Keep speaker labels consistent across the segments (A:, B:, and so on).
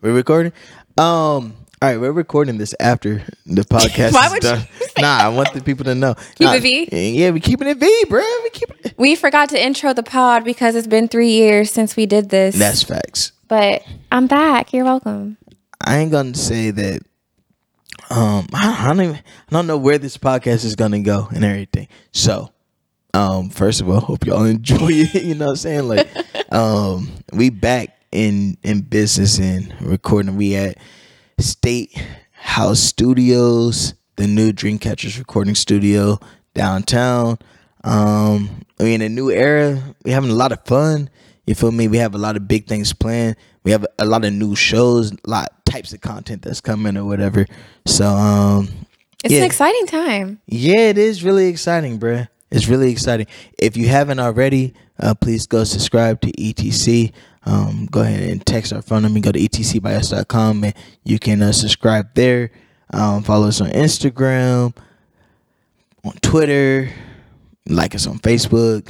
A: We're recording. Um. All right, we're recording this after the podcast.
B: Why
A: is
B: would
A: done.
B: you say
A: Nah, I want the people to know.
B: Keep
A: Nah,
B: it V?
A: Yeah, we keeping it V, bro. We keep it.
B: We forgot to intro the pod because it's been three years since we did this.
A: That's facts.
B: but I'm back. You're welcome.
A: I ain't gonna say that. Um, I don't even. I don't know where this podcast is gonna go and everything. So, um, first of all, hope y'all enjoy it. You know what I'm saying? Like, um, we back in in business and recording. We at State House Studios, the new Dreamcatchers recording studio downtown. Um, I mean, a new era. We having a lot of fun. You feel me? We have a lot of big things planned. We have a lot of new shows, a lot types of content that's coming or whatever. So, um,
B: It's
A: yeah.
B: an exciting time.
A: Yeah, it is really exciting, bruh. It's really exciting. If you haven't already, uh, please go subscribe to ETC. Um, go ahead and text our phone number. Go to E etcbias.com and you can uh, subscribe there. Um, follow us on Instagram, on Twitter, like us on Facebook.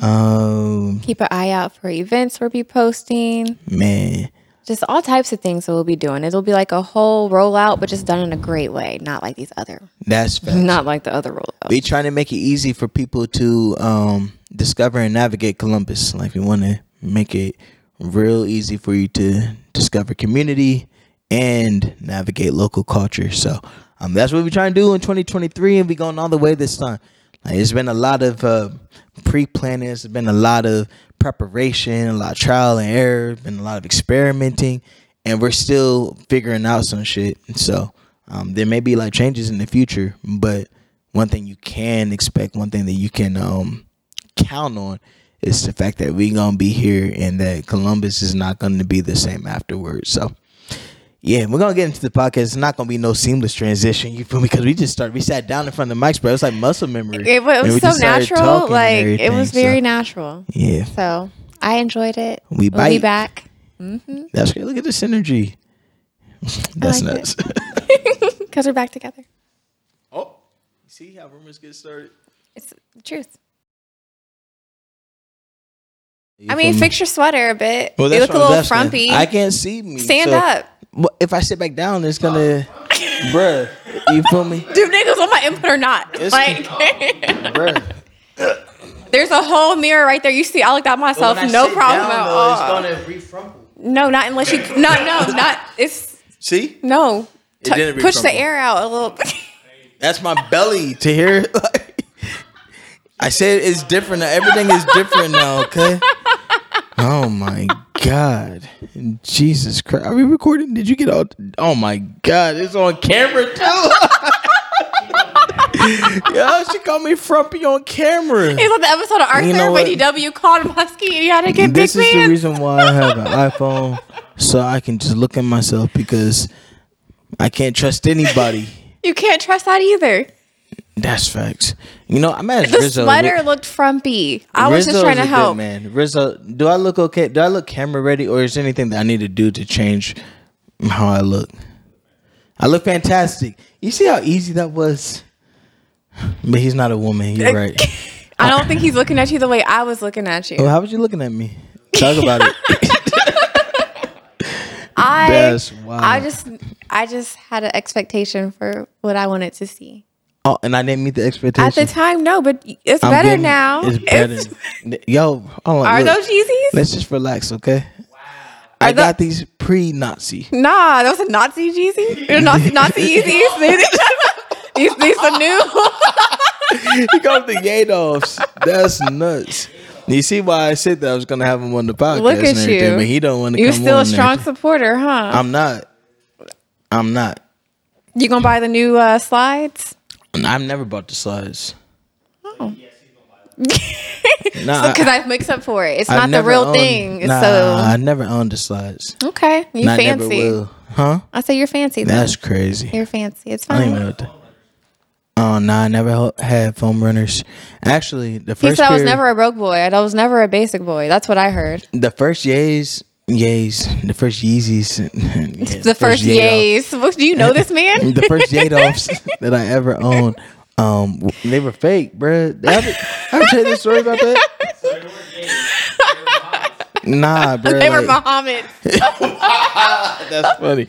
A: Um,
B: Keep an eye out for events we'll be posting,
A: man,
B: just all types of things that we'll be doing. It'll be like a whole rollout, but just done in a great way, not like these other,
A: that's facts.
B: not like the other rollout.
A: we trying to make it easy for people to um, discover and navigate Columbus. Like we want to make it real easy for you to discover community and navigate local culture. So um, that's what we're trying to do in 2023, and we going all the way this time. Like, it's been a lot of uh, pre-planning. It's been a lot of preparation, a lot of trial and error, been a lot of experimenting, and we're still figuring out some shit. So um, there may be like changes in the future, but one thing you can expect, one thing that you can um, count on is the fact that we gonna be here and that Columbus is not gonna be the same afterwards. So yeah, we're gonna get into the podcast. It's not gonna be no seamless transition, you feel me? Because we just started, we sat down in front of the mics, bro. It's like muscle memory.
B: It
A: And
B: was
A: we
B: so
A: just started
B: natural.
A: talking and
B: Like, it
A: everything,
B: was
A: so,
B: very natural.
A: yeah,
B: So I enjoyed it.
A: We
B: we'll be
A: bite.
B: back.
A: that's great. Look at the synergy. That's
B: like it.
A: nuts.
B: Because we're back together.
A: oh, see how rumors get started.
B: It's the truth. I mean, fix your sweater a bit.
A: Well,
B: you
A: that's
B: look a
A: what I was
B: little
A: asking.
B: frumpy.
A: I can't see me.
B: Stand
A: so-
B: up.
A: Well, if I sit back down, it's gonna, bruh. You feel me,
B: Do niggas want my input or not?
A: It's-
B: like,
A: bruh?
B: there's a whole mirror right there. You see, I looked at myself.
A: When I
B: No
A: sit
B: problem
A: down,
B: at
A: though, it's
B: all.
A: gonna refrumple.
B: No, not unless you. No, no, not. It's
A: See,
B: no.
A: It didn't
B: T- push the
A: refrumple.
B: air out a little.
A: that's my belly to hear. Like, I said it's different. Now. Everything is different now. Okay. Oh my God, Jesus Christ! Are we recording? Did you get all? Oh my God, it's on camera too. Yo, she called me frumpy on camera.
B: It's like the episode of Arthur
A: You know
B: when
A: what?
B: DW called him husky and he had to get
A: this
B: big
A: is the
B: man.
A: reason why I have an iPhone, so I can just look at myself because I can't trust anybody.
B: You can't trust that either.
A: That's facts. You know, I'm at
B: The
A: Rizzo.
B: sweater looked frumpy. I was
A: Rizzo's
B: just trying
A: a
B: to
A: good
B: help.
A: man, Rizzo, do I look okay? Do I look camera ready, or is there anything that I need to do to change how I look? I look fantastic. You see how easy that was. But he's not a woman. You're right.
B: I don't think he's looking at you the way I was looking at you.
A: Well, how was you looking at me? Talk about it.
B: I
A: That's wild.
B: I just I just had an expectation for what I wanted to see.
A: Oh, and I didn't meet the expectation.
B: At the time, no, but it's
A: I'm
B: better
A: getting-
B: now.
A: It's better. Yo, oh,
B: are
A: look,
B: those Yeezys?
A: Let's just relax, okay? I
B: Are tho-
A: got these pre-Nazi.
B: nah, those are Nazi Yeezys. They're Nazi Nazi Yeezys. these these are new.
A: he got the Yadoffs. That's nuts. You see why I said that I was gonna have him on the podcast
B: Look
A: and
B: at
A: everything,
B: you.
A: but he don't want to.
B: You're
A: come
B: still
A: on
B: a
A: there.
B: strong supporter, huh?
A: I'm not. I'm not.
B: you gonna buy the new uh, slides?
A: I've never bought the slides.
B: Because
A: Nah, I,
B: I've mixed up for it. It's
A: I've
B: not the
A: never
B: real
A: owned-
B: thing.
A: Nah,
B: so
A: I never owned the slides.
B: okay, you
A: And I never
B: fancy.
A: will. Huh?
B: I say you're fancy. though.
A: That's crazy.
B: You're fancy. It's
A: I don't
B: fine.
A: even know what the. Oh no, I never ho- had foam runners. Actually, the
B: He
A: first
B: said I was
A: pair-
B: never a broke boy. and I was never a basic boy. That's what I heard.
A: the first yays, yays, the first Yeezys, yeah,
B: The first,
A: Yadoff-
B: yays. What, Do you know this man?
A: the first Yadoffs that I ever owned. Um, w- they were fake, bruh. Did I ever- I ever tell you the story about that? Nah, bruh.
B: They were
A: like-
B: Muhammad.
A: That's funny.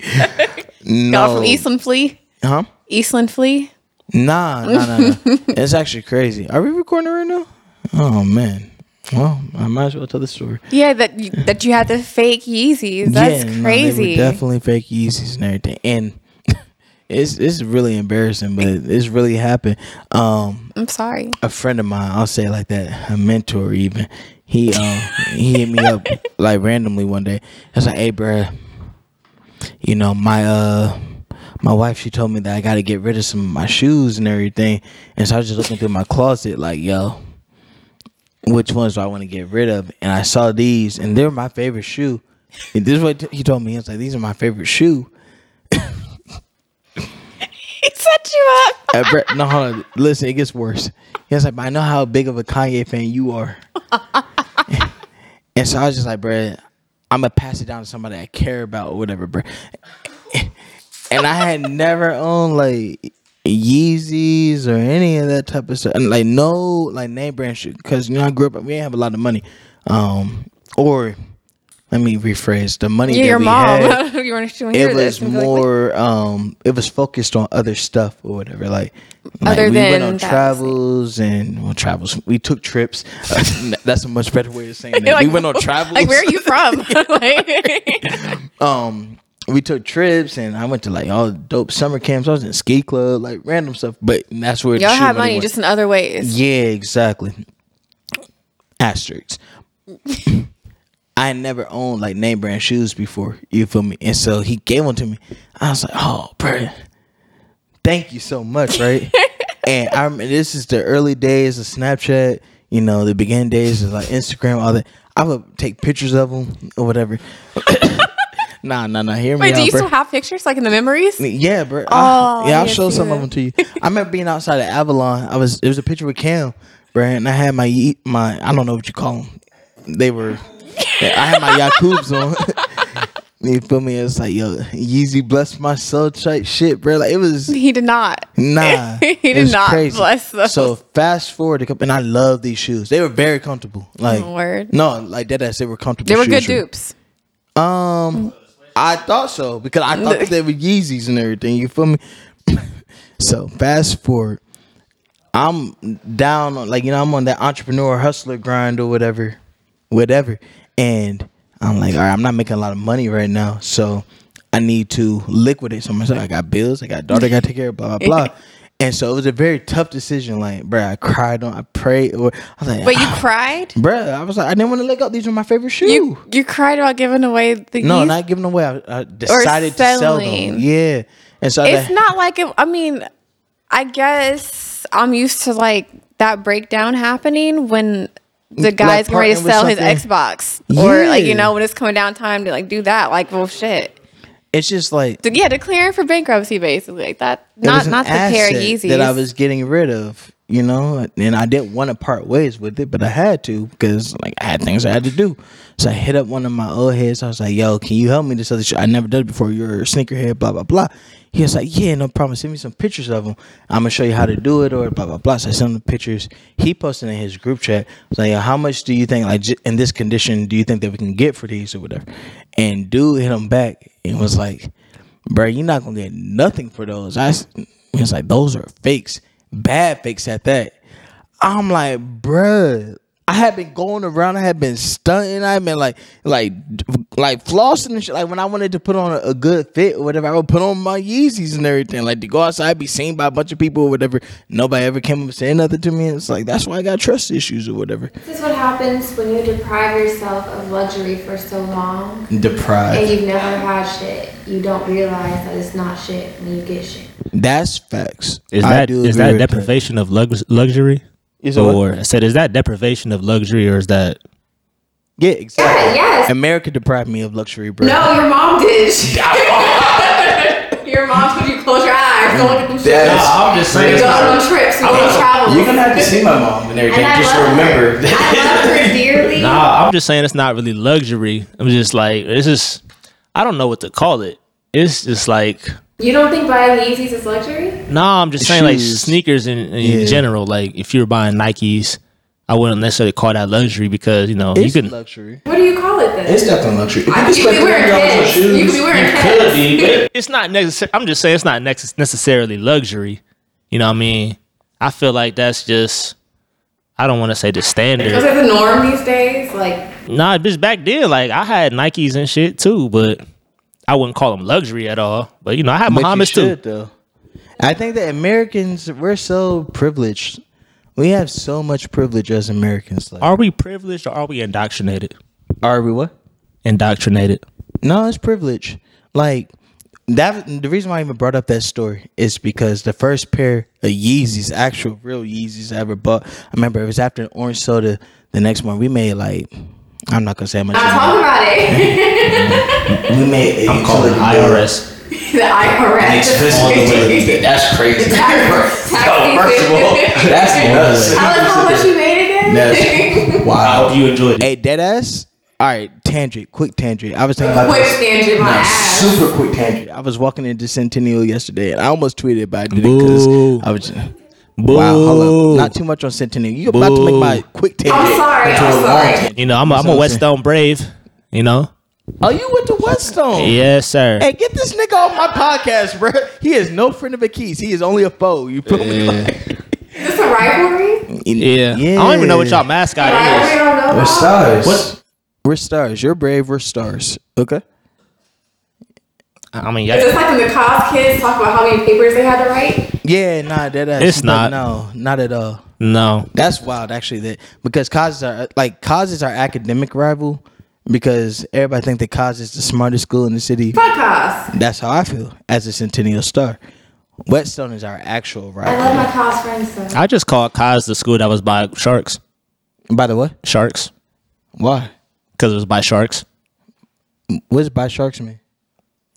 A: No.
B: Y'all from Eastland Flea?
A: Huh?
B: Eastland Flea?
A: Nah, nah, nah, nah. it's actually crazy. Are we recording right now? Oh man. Well, I might as well tell the story.
B: Yeah, that you, that you had the fake Yeezys. That's
A: no, they were
B: crazy.
A: definitely fake Yeezys and everything. And it's it's really embarrassing, but it's really happened. Um,
B: I'm sorry.
A: a friend of mine, I'll say it like that, a mentor even. He um he hit me up like randomly one day. I was like, "Hey, bro, you know my uh my wife she told me that I got to get rid of some of my shoes and everything." And so I was just looking through my closet, like, "Yo, which ones do I want to get rid of?" And I saw these, and they're my favorite shoe. And this is what he told me. He was like, "These are my favorite shoe."
B: It set you up.
A: Uh, Brett, no, hold on. Listen, it gets worse. He was like, but I know how big of a Kanye fan you are. and so I was just like, Brett, I'm going to pass it down to somebody I care about or whatever, Brett. and I had never owned like Yeezys or any of that type of stuff. And, like, no, like, name brand shoes. Because, you know, I grew up, we didn't have a lot of money. Um, or, let me rephrase the money
B: You're
A: that
B: your
A: we
B: mom.
A: had
B: you want to hear
A: it
B: this
A: was
B: and be like, wait,
A: more um it was focused on other stuff or whatever like, like,
B: Other
A: we went
B: than
A: on
B: that,
A: travels and well travels we took trips that's a much better way of saying that
B: You're like,
A: we went on travels
B: Like, where are you from? like,
A: um we took trips and I went to like all dope summer camps I was in ski club like random stuff but that's where the
B: y'all
A: shoe
B: have money
A: went.
B: just in other ways.
A: Yeah, exactly. Asterisks. I never owned like name brand shoes before. You feel me? And so he gave one to me. I was like, oh, bro, thank you so much, right? and I remember this is the early days of Snapchat. You know, the beginning days of like Instagram, all that. I would take pictures of them or whatever. nah, nah, nah. Hear me
B: Wait,
A: out,
B: do you
A: bro.
B: still have pictures like in the memories?
A: Yeah, bro.
B: Oh,
A: I, yeah, I'll
B: I
A: show
B: see
A: some of
B: that.
A: them to you. I remember being outside of Avalon. I was it was a picture with Cam, bro, and I had my Ye- my I don't know what you call them. They were I had my Yakubs on. you feel me? It's like yo, Yeezy bless my soul type shit, bro. Like it was
B: He did not.
A: nah.
B: He
A: it
B: did
A: was
B: not bless those.
A: So fast forward a couple, and I love these shoes. They were very comfortable. Like
B: Word.
A: no, like dead ass, they were comfortable.
B: They were
A: shoes
B: good
A: for me.
B: dupes.
A: Um, I thought so because I thought that they were Yeezys and everything. You feel me? so fast forward, I'm down on like you know I'm on that entrepreneur hustler grind or whatever, whatever, and I'm like, all right, I'm not making a lot of money right now, so I need to liquidate some of my stuff. I got bills, I got daughter, I got to take care of, blah blah blah. And so it was a very tough decision. Like, bruh, I cried on, I prayed, or I was like, "Ah,
B: But you cried?
A: bruh, I was like, I didn't want to let go. These were my favorite shoes.
B: You you cried about giving away the
A: No,
B: Yeezys?
A: not giving away. I, I decided to sell them.
B: selling.
A: Yeah, and so
B: it's
A: that,
B: not like it, I mean, I guess I'm used to like that breakdown happening when the guy's getting ready to
A: parting with
B: sell his
A: something.
B: Xbox or like
A: Yeah.
B: you know when it's coming down time to like do that. Like well, shit.
A: it's just like
B: To- yeah, declaring for bankruptcy basically like that.
A: it was
B: Not
A: an
B: not the pair of
A: asset
B: Yeezys.
A: that I was getting rid of. You know, and I didn't want to part ways with it, but I had to because like I had things I had to do. So I hit up one of my old heads. I was like, "Yo, can you help me this other shit? I never done it before. You're a sneakerhead, blah blah blah." He was like, "Yeah, no problem. Send me some pictures of them. I'm gonna show you how to do it or blah blah blah." So I sent him the pictures. He posted in his group chat. I was like, "Yo, how much do you think like j- in this condition do you think that we can get for these or whatever?" And dude hit him back and was like, bro, you're not gonna get nothing for those. I s- he was like, those are fakes, bad fakes at that. I'm like, bruh, I had been going around, I had been stunting, I had been like, like, like flossing and shit. Like when I wanted to put on a, a good fit or whatever, I would put on my Yeezys and everything. Like to go outside, be seen by a bunch of people or whatever. Nobody ever came up and said nothing to me. It's like that's why I got trust issues or whatever.
C: This is what happens when you deprive yourself of luxury for so long and
A: Deprived.
C: you've never had shit. You don't realize that it's not shit when you get shit.
A: That's facts.
D: Is
A: I
D: that
A: do
D: is
A: agree
D: that
A: with
D: deprivation of lux- luxury?
A: Is it what?
D: or I said, is that deprivation of luxury, or is that
A: Yeah, exactly.
C: Yeah, yes.
A: America deprived me of luxury, bro.
C: No, your mom did. your mom told you close your eyes, go look at them shit.
E: I'm just saying.
C: Go on trips, go on travels.
E: You're gonna have to see my mom and everything.
C: And I
E: just
C: love
E: remember.
C: Her. I love her dearly.
D: Nah, I'm just saying it's not really luxury. I'm just like this is I don't know what to call it. It's just like
C: You don't think buying Yeezys is luxury?
D: nah, I'm just saying like
A: Shoes.
D: sneakers in, in
A: Yeah.
D: general. Like if you're buying Nikes, I wouldn't necessarily call that luxury because you know
A: It's
D: you can
A: luxury.
C: What do you call it then?
E: It's definitely luxury. If
C: I-
E: you
C: you could be
E: spend
C: wearing
E: $300 on
C: Keds. You could be wearing
E: shoes,
C: Keds.
D: mean, it- it's not necessary. I'm just saying it's not nex- necessarily luxury. You know what I mean? I feel like that's just. I don't want to say the
C: Is
D: standard.
C: it the norm these days? Like,
D: Nah, bitch. Back then, like I had Nikes and shit too, but I wouldn't call them luxury at all. But you know, I had
A: But you
D: Muhammad's too.
A: should, though. I think that Americans we're so privileged. We have so much privilege as Americans. Like,
D: Are we privileged or are we indoctrinated?
A: are we what?
D: Indoctrinated.
A: No, it's privilege. Like that. The reason why I even brought up that story is because the first pair of Yeezys, actual real Yeezys, I ever bought. I remember it was after an orange soda. The next one we made like. I'm not gonna say how much.
C: not talk about it.
A: we made. We made
E: I'm calling IRS.
C: the IRS.
E: Expense on the way. That's crazy.
C: Tax-
E: Yo, first of all, that's nuts.
C: Tell us how much you made again.
E: That's
D: I
E: wow.
D: hope you enjoyed it.
A: Hey, dead ass. All right, tangent, quick tangent. I was thinking about
C: Quick
A: this.
C: tangent, my ass.
E: Super quick
C: Oh.
E: tangent.
A: I was walking into Centennial yesterday, and I almost tweeted, but I didn't because I was. Wow, hold up. Not too much on Centennial. You about to make my quick take.
C: I'm sorry. I'm sorry.
D: You know, I'm a, I'm a Whetstone Brave. You know.
A: Oh, you went to Weststone.
D: Yes, sir.
A: Hey, get this nigga off my podcast, bro. He is no friend of a keys. He is only a foe. You feel me? Like-
C: Is this a rivalry?
D: Yeah. I don't even know what y'all mascot
C: Rivalry
D: is.
C: don't know
E: We're
C: about?
E: stars.
D: What?
A: We're stars. You're brave. We're stars. Okay.
D: I mean,
C: Is
D: yeah.
C: this like when the college kids talk about how many papers they had to write?
A: Yeah, nah, that ass.
D: It's not.
A: No, not at all.
D: no.
A: That's wild, actually. That because Cos are like Cos is our academic rival because everybody think that Cos is the smartest school in the city.
C: Fuck us.
A: That's how I feel as a Centennial star. Whetstone is our actual
C: I
A: rival.
C: love my college friends though.
D: I just called Kaz the school that was by sharks.
A: By the way,
D: Sharks.
A: why?
D: Because it was by sharks.
A: What's by sharks mean?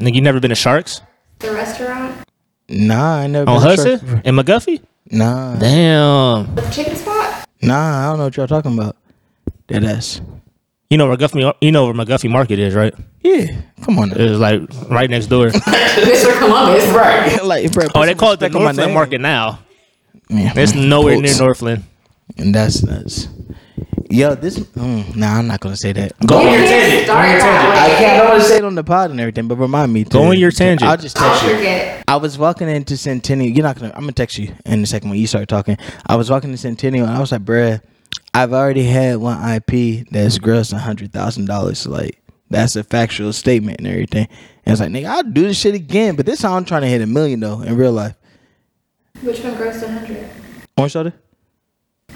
D: Nigga, you never been to sharks?
C: The restaurant,
A: Nah, I never.
D: On
A: been to sharks
D: Hudson?
A: before.
D: And McGuffey?
A: Nah,
D: Damn.
C: the chicken spot.
A: nah, I don't know what y'all talking about. That ass.
D: You know where McGuffey you know where McGuffey Market is, right?
A: Yeah, come on.
D: It was like right next door.
C: Mr. Columbus. Right.
A: like, bro,
D: oh, they call it the
A: respect on my
D: Northland
A: name.
D: Market now.
A: Yeah.
D: It's nowhere near
A: Pokes.
D: Northland.
A: And that's nuts. Yo, this. Mm, nah, I'm not gonna say that.
D: Go
C: You
D: on your
C: can't
D: tangent.
C: start
E: I
C: that way.
E: can't. I don't want to
A: Say
E: say.
A: it on the pod and everything, but remind me. to-
D: Go on your tangent.
A: I'll just
C: I'll
A: text you.
C: forget.
A: I was walking into Centennial. You're not gonna. I'm gonna text you in a second when you start talking. I was walking to Centennial and I was like, bruh, I've already had one IP that's grossed a hundred thousand dollars. Like that's a factual statement and everything. And it's like, nigga, I'll do this shit again. But this time I'm trying to hit a million though in real life.
C: Which one grossed 100?
A: Orange soda.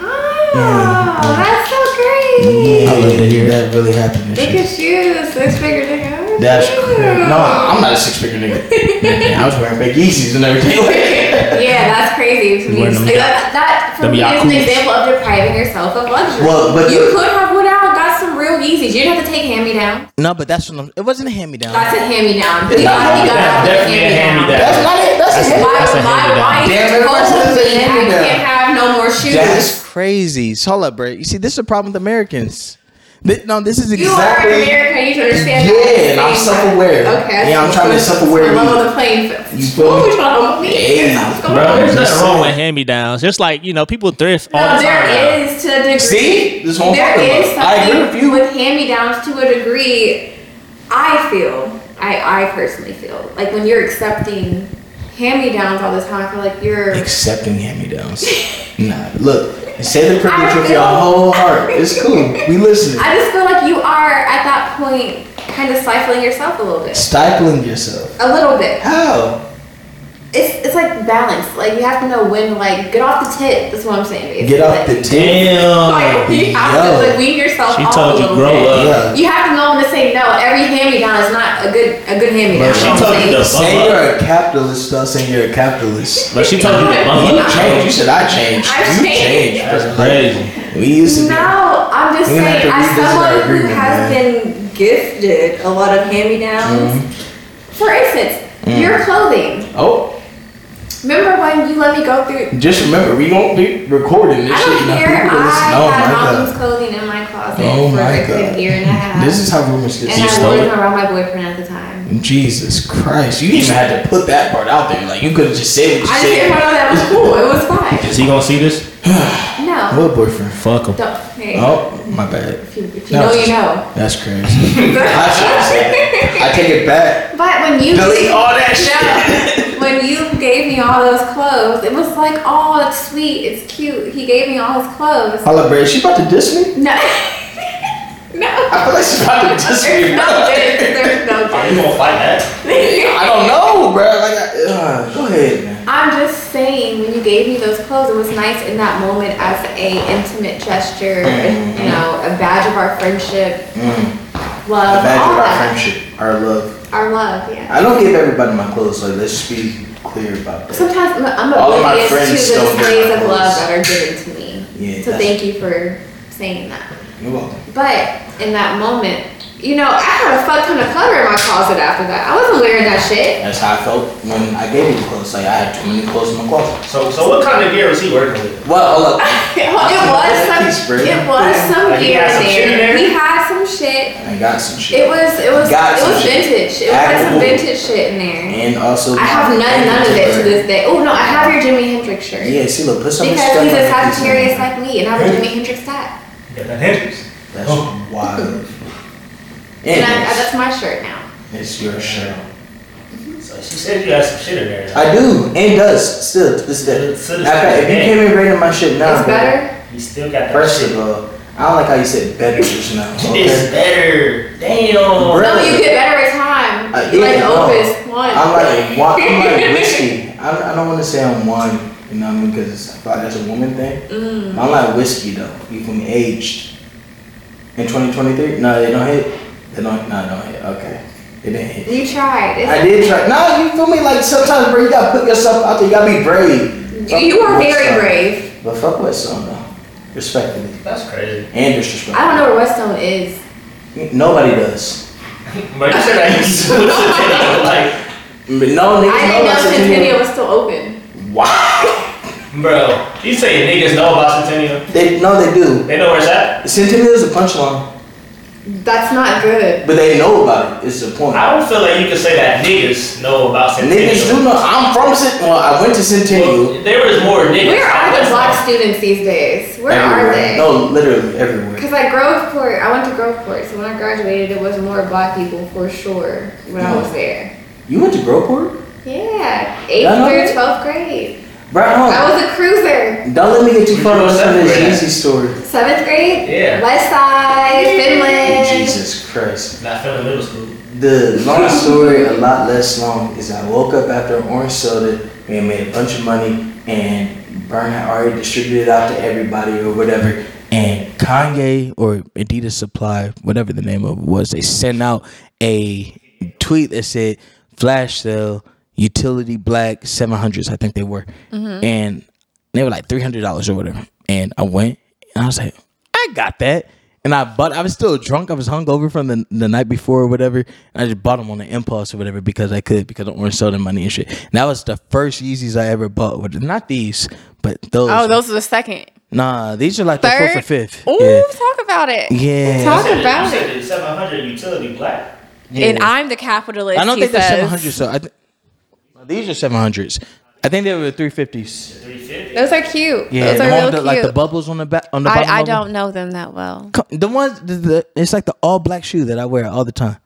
C: Oh, that's so great.
E: I love to hear that. Really happened.
C: Look at you, six figure nigga.
E: That's
C: Look at
E: crazy.
C: you.
E: No, I'm not a six figure nigga. Man, I was wearing big Yeezys and everything.
C: Yeah, that's crazy. To me.
D: Wearing them
C: Like, that, that for
D: them
C: me is an
D: Yakults.
C: example of depriving yourself of luxury.
E: Well, but-
C: you could have went out and got some real Yeezys. You didn't have to take hand me down.
A: No, but that's what I'm, it wasn't a hand me down.
C: That's a hand me down. You got, you got out with a
D: Definitely a
C: hand me down.
D: hand-me-down.
E: That's not it. That's,
C: My,
E: it.
D: a
C: my
D: hand-me-down.
C: wife
E: Damn, everybody
C: told
E: says it's a
C: me I
E: hand-me-down.
C: can't have no more shoes.
E: That's-
A: Crazy. So Hold up, bro. You see, this is a problem with Americans. Th- no, this is
C: you
A: exactly.
C: are American. You should understand that.
E: Yeah, and I'm self aware.
C: Okay.
E: Yeah, I'm trying to self aware.
C: I'm on the plane.
E: You feel
C: Ooh,
E: me?
C: you trying to humble me?
E: Hey,
C: What's going
E: bro.
C: on?
D: There's nothing wrong with hand me downs. Just like, you know, people thrift all
C: No,
D: the time. now.
C: there is to a degree.
E: See? This is what I'm
C: There
E: talking
C: is
E: about. I agree with
C: something
E: you.
C: with hand-me-downs to a degree. I feel, I, I personally feel like when you're accepting hand-me-downs all the time, I feel like you're.
E: Accepting hand me downs. Nah, look, say the privilege
C: I
E: with
C: feel-
E: your whole heart. It's cool. We listening.
C: I just feel like you are at that point kind of stifling yourself a little bit,
E: Stifling yourself.
C: a little bit.
E: How?
C: It's it's like balance. Like you have to know when, like, get off the tit. That's what I'm saying.
E: Get off the
C: Like,
E: damn.
C: you have to like
E: Yo.
C: wean yourself
D: She
C: off
D: told
C: a
D: you
C: little
D: grow
C: bit.
D: up.
E: Yeah.
C: You have to know when to say no. Every hand me down is not a good a good hand me down.
E: She
D: told you to
E: Say you're a capitalist, though. Say you're a capitalist.
D: But she told you to
E: You
D: bump up.
E: changed. You said I changed.
C: I've
E: you
C: changed.
E: changed.
D: That's crazy.
E: We used to. be-
C: No, I'm just
E: We're gonna
C: saying,
E: have to
C: as
E: revisit our
C: someone who
E: agreement,
C: has
E: man.
C: been gifted a lot of hand me downs, for instance, your clothing.
E: Mm-hmm. Mm. Oh,
C: Remember when you let me go through?
E: just remember, we won't be recording this
C: I
E: shit.
C: don't
E: You know,
C: care.
E: people listen.
C: I
E: Oh
C: had
E: my
C: mom's
E: god.
C: clothing in my closet
E: Oh
C: for
E: my
C: like a
E: God.
C: year and a half.
E: This is how rumors get
C: and I
E: started.
C: wore them around my boyfriend at the time.
E: Jesus Christ. You didn't even have to put that part out there. Like, you could have just said what you
C: I just didn't know
E: said.
C: that was cool. It was fine.
D: Is he gonna see this?
C: No.
E: What boyfriend?
D: Fuck him.
C: Don't. Hey.
E: Oh, my bad.
C: If you, if you know, you know.
E: That's crazy. I should have said that. I take it back.
C: But when you
E: Delete all that
C: No. when you gave me all those clothes, it was like, oh, it's sweet, it's cute. He gave me all his clothes.
E: Holla, bro, she about to diss me?
C: No, no.
E: I feel like she's about to diss me.
C: There's no diss. There's
E: Are you
C: no
E: gonna fight that?
C: diss.
E: I don't know, bro. Like, I, uh, go ahead, man.
C: I'm just saying, when you gave me those clothes, it was nice in that moment as a intimate gesture,
E: Mm-hmm.
C: you know, a badge of our friendship, love,
E: A badge
C: all
E: of our
C: that.
E: friendship, our love.
C: Our love, yeah.
E: I don't give everybody my clothes, so let's just be clear about that.
C: Sometimes I'm- I'm
E: All of my
C: oblivious to the
E: friends don't get
C: displays of
E: clothes.
C: love that are given to me.
E: Yeah,
C: so
E: that's-
C: thank you for saying that.
E: You're welcome.
C: But in that moment, you know, I had a fuck ton of clutter in my closet after that. I wasn't wearing that shit.
E: That's how I felt when I gave you the clothes. Like, I had too many clothes in my closet.
F: So, so what kind of gear is he working with?
E: Well, hold up.
C: It was some,
E: Nice, bro.
C: it was some
F: Like, you
C: gear
F: got some shit
C: in
F: in
C: there. We
F: there?
C: had some shit.
E: I got some shit.
C: It was, it was, it
E: Got some
C: was
E: shit.
C: vintage. It had some
E: Actual.
C: vintage shit in there.
E: and also,
C: I have none, none of it to this day. Oh no, I have your Jimi Hendrix shirt.
E: Yeah, see, look, put some
C: Because
E: respect
C: he's
E: on
C: a
E: it.
C: Sagittarius like me, and I have a Jimi Hendrix hat.
F: Yeah, that Hendrix.
E: That's
F: Oh.
E: wild.
C: And I, I,
E: And
C: that's my shirt now.
E: it's your shirt.
F: So she said you got some shit in there.
E: I do, and does still to this day.
F: To this
E: Matter of fact, if you
F: day.
E: came and rated my shit now,
C: it's
E: bro,
C: better.
F: You still got that
E: First
F: shit.
E: of all, I don't like how you said better just now.
F: It's
E: Okay?
F: better. Damn.
E: Bro.
C: No, Oh, you get better with time.
E: Uh,
C: You're
E: yeah,
C: like
E: no.
C: Opus one.
E: I'm like wa- I'm like whiskey. I, I don't want to say I'm wine, you know what I mean? Because I feel like that's a woman thing.
C: Mm.
E: I'm like whiskey though. You can aged in 2023. No, they don't hit. They don't. No, they don't hit. Okay, it didn't hit.
C: You tried. It's
E: I did try. No, you feel me? Like sometimes, bro, you gotta put yourself out there. You gotta be brave.
C: You, you are
E: Fuck with
C: very
E: some.
C: brave.
E: But fuck with some though, respectfully
F: That's crazy.
E: and disrespectfully.
C: I don't know where Whetstone is.
E: Nobody does.
F: But you said that you still like,
E: But no niggas
C: I didn't know
E: know about
C: Centennial was still open.
E: Wow.
F: bro. You say niggas know about Centennial?
E: They no, they do.
F: They know where it's at.
E: Centennial is a punchline,
C: That's not good.
E: but they know about it. It's the point.
F: I don't feel like you can say that niggas know about Centennial.
E: Niggas do know. I'm from Centennial. Well, I went to Centennial.
F: Well, there was more niggas.
C: Where are the
F: That's
C: black
F: why.
C: students these days? Where are
E: everywhere.
C: they?
E: No, literally everywhere.
C: Because at Groveport, I went to Groveport, so when I graduated, it was more black people for sure when I was there.
E: You went to Groveport?
C: Yeah, eighth
E: Y'all know
C: through
E: that?
C: twelfth grade.
E: Bro, I don't-
C: I was a cruiser.
E: don't let me get too
F: You
E: far
F: know
E: away from
F: that
E: this
F: where
E: Yeezy story.
C: Seventh grade?
F: Yeah.
C: West Side, Finland.
E: Jesus Christ.
F: Not feeling middle school.
E: The long story, a lot less long, is I woke up after an orange soda and made a bunch of money and Burn had already distributed it out to everybody or whatever. And
A: Kanye or Adidas Supply, whatever the name of it was, they sent out a tweet that said flash sale utility black 700s, I think they were. And they were like $300 or whatever. And I went and I was like, I got that. And I bought, I was still drunk. I was hungover from the, the night before or whatever. And I just bought them on an impulse or whatever because I could, because of orange soda money and shit. And that was the first Yeezys I ever bought. with- Not these, but those.
B: Oh, those are the second.
A: Nah, these are like the fourth or
B: Third?
A: fifth.
B: Ooh,
A: Yeah.
B: talk about it.
A: Yeah.
B: Talk
F: You said
B: about
F: that-
B: it.
F: You said the 700 utility black.
B: And I'm the capitalist.
A: I don't
B: he
A: think that's
B: says.
A: seven hundred. So I th- these are seven hundreds. I think they were three fifties.
F: 350.
B: Those are cute.
A: Yeah,
B: those
A: the
B: are
A: one
B: real
A: with the,
B: cute.
A: like the bubbles on the back on the bottom.
B: I, I
A: of them.
B: don't know them that well.
A: Co- The ones the, the, it's like the all black shoe that I wear all the time.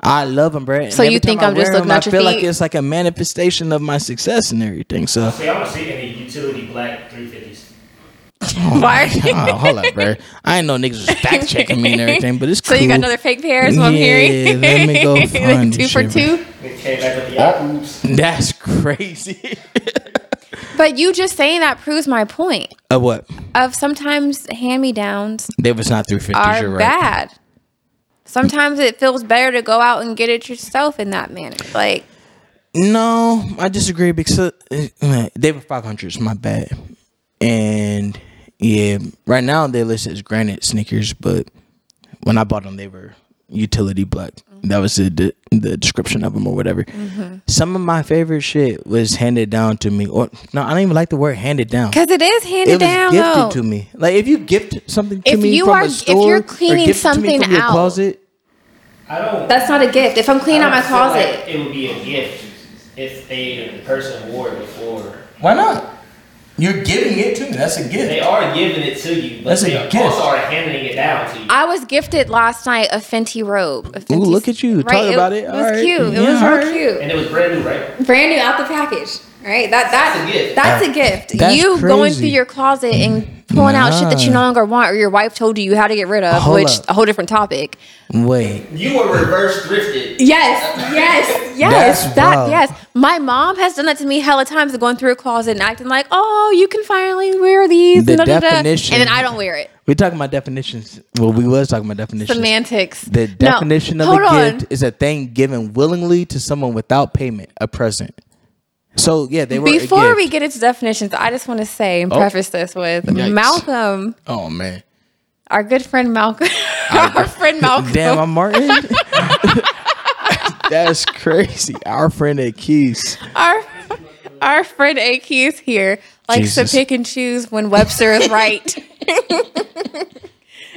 A: I love them, bro.
B: So you think I'm just looking at
A: I
B: your
A: feel like
B: feet?
A: it's like a manifestation of my success and everything. So
F: See, I don't see any utility black 350s.
B: Why?
A: oh, hold up, bro. I ain't know niggas was fact checking me and everything, but it's
B: So you
A: cool.
B: got another fake pair is what I'm
A: Yeah,
B: hearing.
A: let me go
B: Like
A: find
B: two
A: this
B: for
A: shit.
B: two.
F: They came back with the Yakups.
A: That's crazy.
B: But you just saying that proves my point
A: uh, what?
B: of sometimes hand me downs
A: They was not three fifties.
B: are
A: You're right.
B: bad. Sometimes it feels better to go out and get it yourself in that manner. Like
A: No, I disagree because uh, uh, they were five hundreds. My bad. And yeah, right now they list as granite sneakers, but when I bought them, they were utility black.
B: Mm-hmm.
A: That was the the, the description of them or whatever. Some of my favorite shit was handed down to me, or no, I don't even like the word handed down.
B: because it is handed
A: It was
B: down
A: gifted
B: though.
A: to me. Like if you gift something to
B: If
A: me
B: you
A: from
B: are-
A: a
B: if
A: store,
B: you're
A: or
B: cleaning
A: gifted to me
B: something
A: from your
B: out,
A: closet,
F: I don't.
B: That's not a gift. If I'm cleaning out my
F: I don't feel
B: closet,
F: like it would be a gift if a person wore it before.
A: why not?
E: You're giving it to me. That's a
F: They
E: gift.
F: are giving it to you, but
E: That's a
F: they are
E: gift.
F: also are handing it down to you.
B: I was gifted last night a Fenty robe. A Fenty
A: Ooh, look at you.
B: right?
A: Talk about it.
B: It
A: All
B: was
A: right.
B: cute. It
A: Yeah,
B: was
A: all
B: real
A: right.
B: cute.
F: And it was brand new, right?
C: brand new out the package, right? That that
F: That's a gift.
B: That's a gift.
A: That's
B: you going
A: crazy.
B: through your closet and pulling out shit that you no
A: Nah.
B: longer want, or your wife told you you how to get rid of,
A: Hold
B: which
A: up.
B: a whole different topic.
A: Wait.
F: You were reverse thrifted.
C: yes, yes.
B: Yes,
A: That's
B: that
A: wild.
B: yes. My mom has done that to me hella times, going through a closet and acting like, "Oh, you can finally wear these."
A: The
B: and da-da-da,"
A: definition.
B: and then I don't wear it.
A: We're talking about definitions. Well, we was talking about definitions.
B: Semantics.
A: The
B: No,
A: definition of
B: hold
A: a
B: on.
A: gift is a thing given willingly to someone without payment, a present. So yeah, they were a
B: Before we
A: gift.
B: get into definitions, I just want to say and preface this with
A: Oh. Yikes.
B: Malcolm,
A: Oh man.
B: our good friend Malcolm, our friend Malcolm.
A: Damn, I'm Martin. That's crazy. Our friend at Keys.
B: our our friend A Keys here likes
A: Jesus.
B: to pick and choose when Webster is right.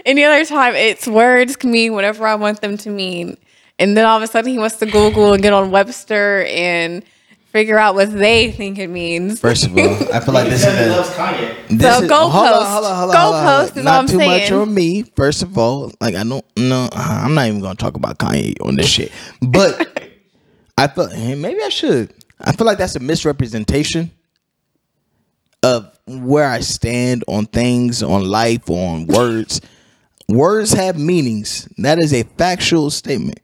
B: Any other time, it's words can mean whatever I want them to mean, and then all of a sudden he wants to Google and get on Webster and figure out what they think it means.
A: First of all, I feel like
F: He
A: this
F: said he
A: is a
F: loves Kanye.
A: this
B: The
A: is- hold on,
B: goalpost.
A: hold on, hold on, hold on, hold
B: Goalpost
A: on.
B: is
A: Not
B: all I'm
A: too much
B: saying.
A: on me. First of all, like I don't know. I'm not even gonna talk about Kanye on this shit. But I feel eh, maybe I should. I feel like that's a misrepresentation of where I stand on things, on life, on words. words have meanings. That is a factual statement.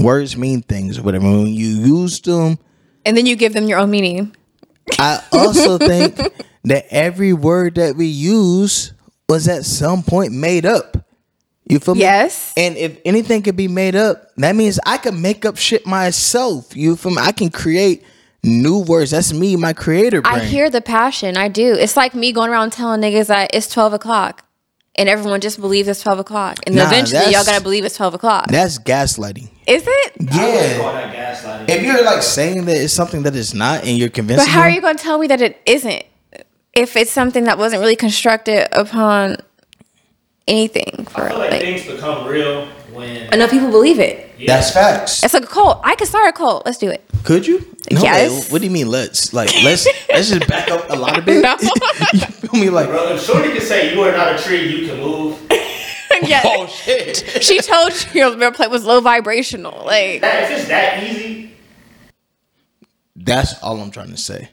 A: Words mean things, whatever. When you use them,
B: And then you give them your own meaning.
A: I also think that every word that we use was at some point made up. You feel me?
B: Yes.
A: And if anything could be made up, that means I can make up shit myself. You feel me? I can create new words. That's me, my creator brain.
B: I hear the passion. I do. It's like me going around telling niggas that it's twelve o'clock, and everyone just believes it's twelve o'clock, and
A: Nah,
B: eventually y'all
A: that's-
B: gotta believe it's twelve o'clock.
A: That's gaslighting.
B: Is it?
F: I wouldn't
A: Yeah.
F: call that gaslighting.
A: If you're like saying that it's something that it's not and you're convincing
B: But how are
A: them-
B: you going to tell me that it isn't if it's something that wasn't really constructed upon anything for
F: I feel like
B: like?
F: things become real when
B: Enough people believe it.
A: that's facts.
B: It's like a cult. I could start a cult. Let's do it.
A: Could you? No,
B: Yes.
A: like, what do you mean let's? Like let's let's just back up a lot of bit.
B: No.
A: you feel me? Like
F: Brother, Shorty can say you are not a tree, you can move.
B: yeah.
A: Oh, shit.
B: She told you your plate was low vibrational. Like
F: That, if it's that easy,
A: That's all I'm trying to say.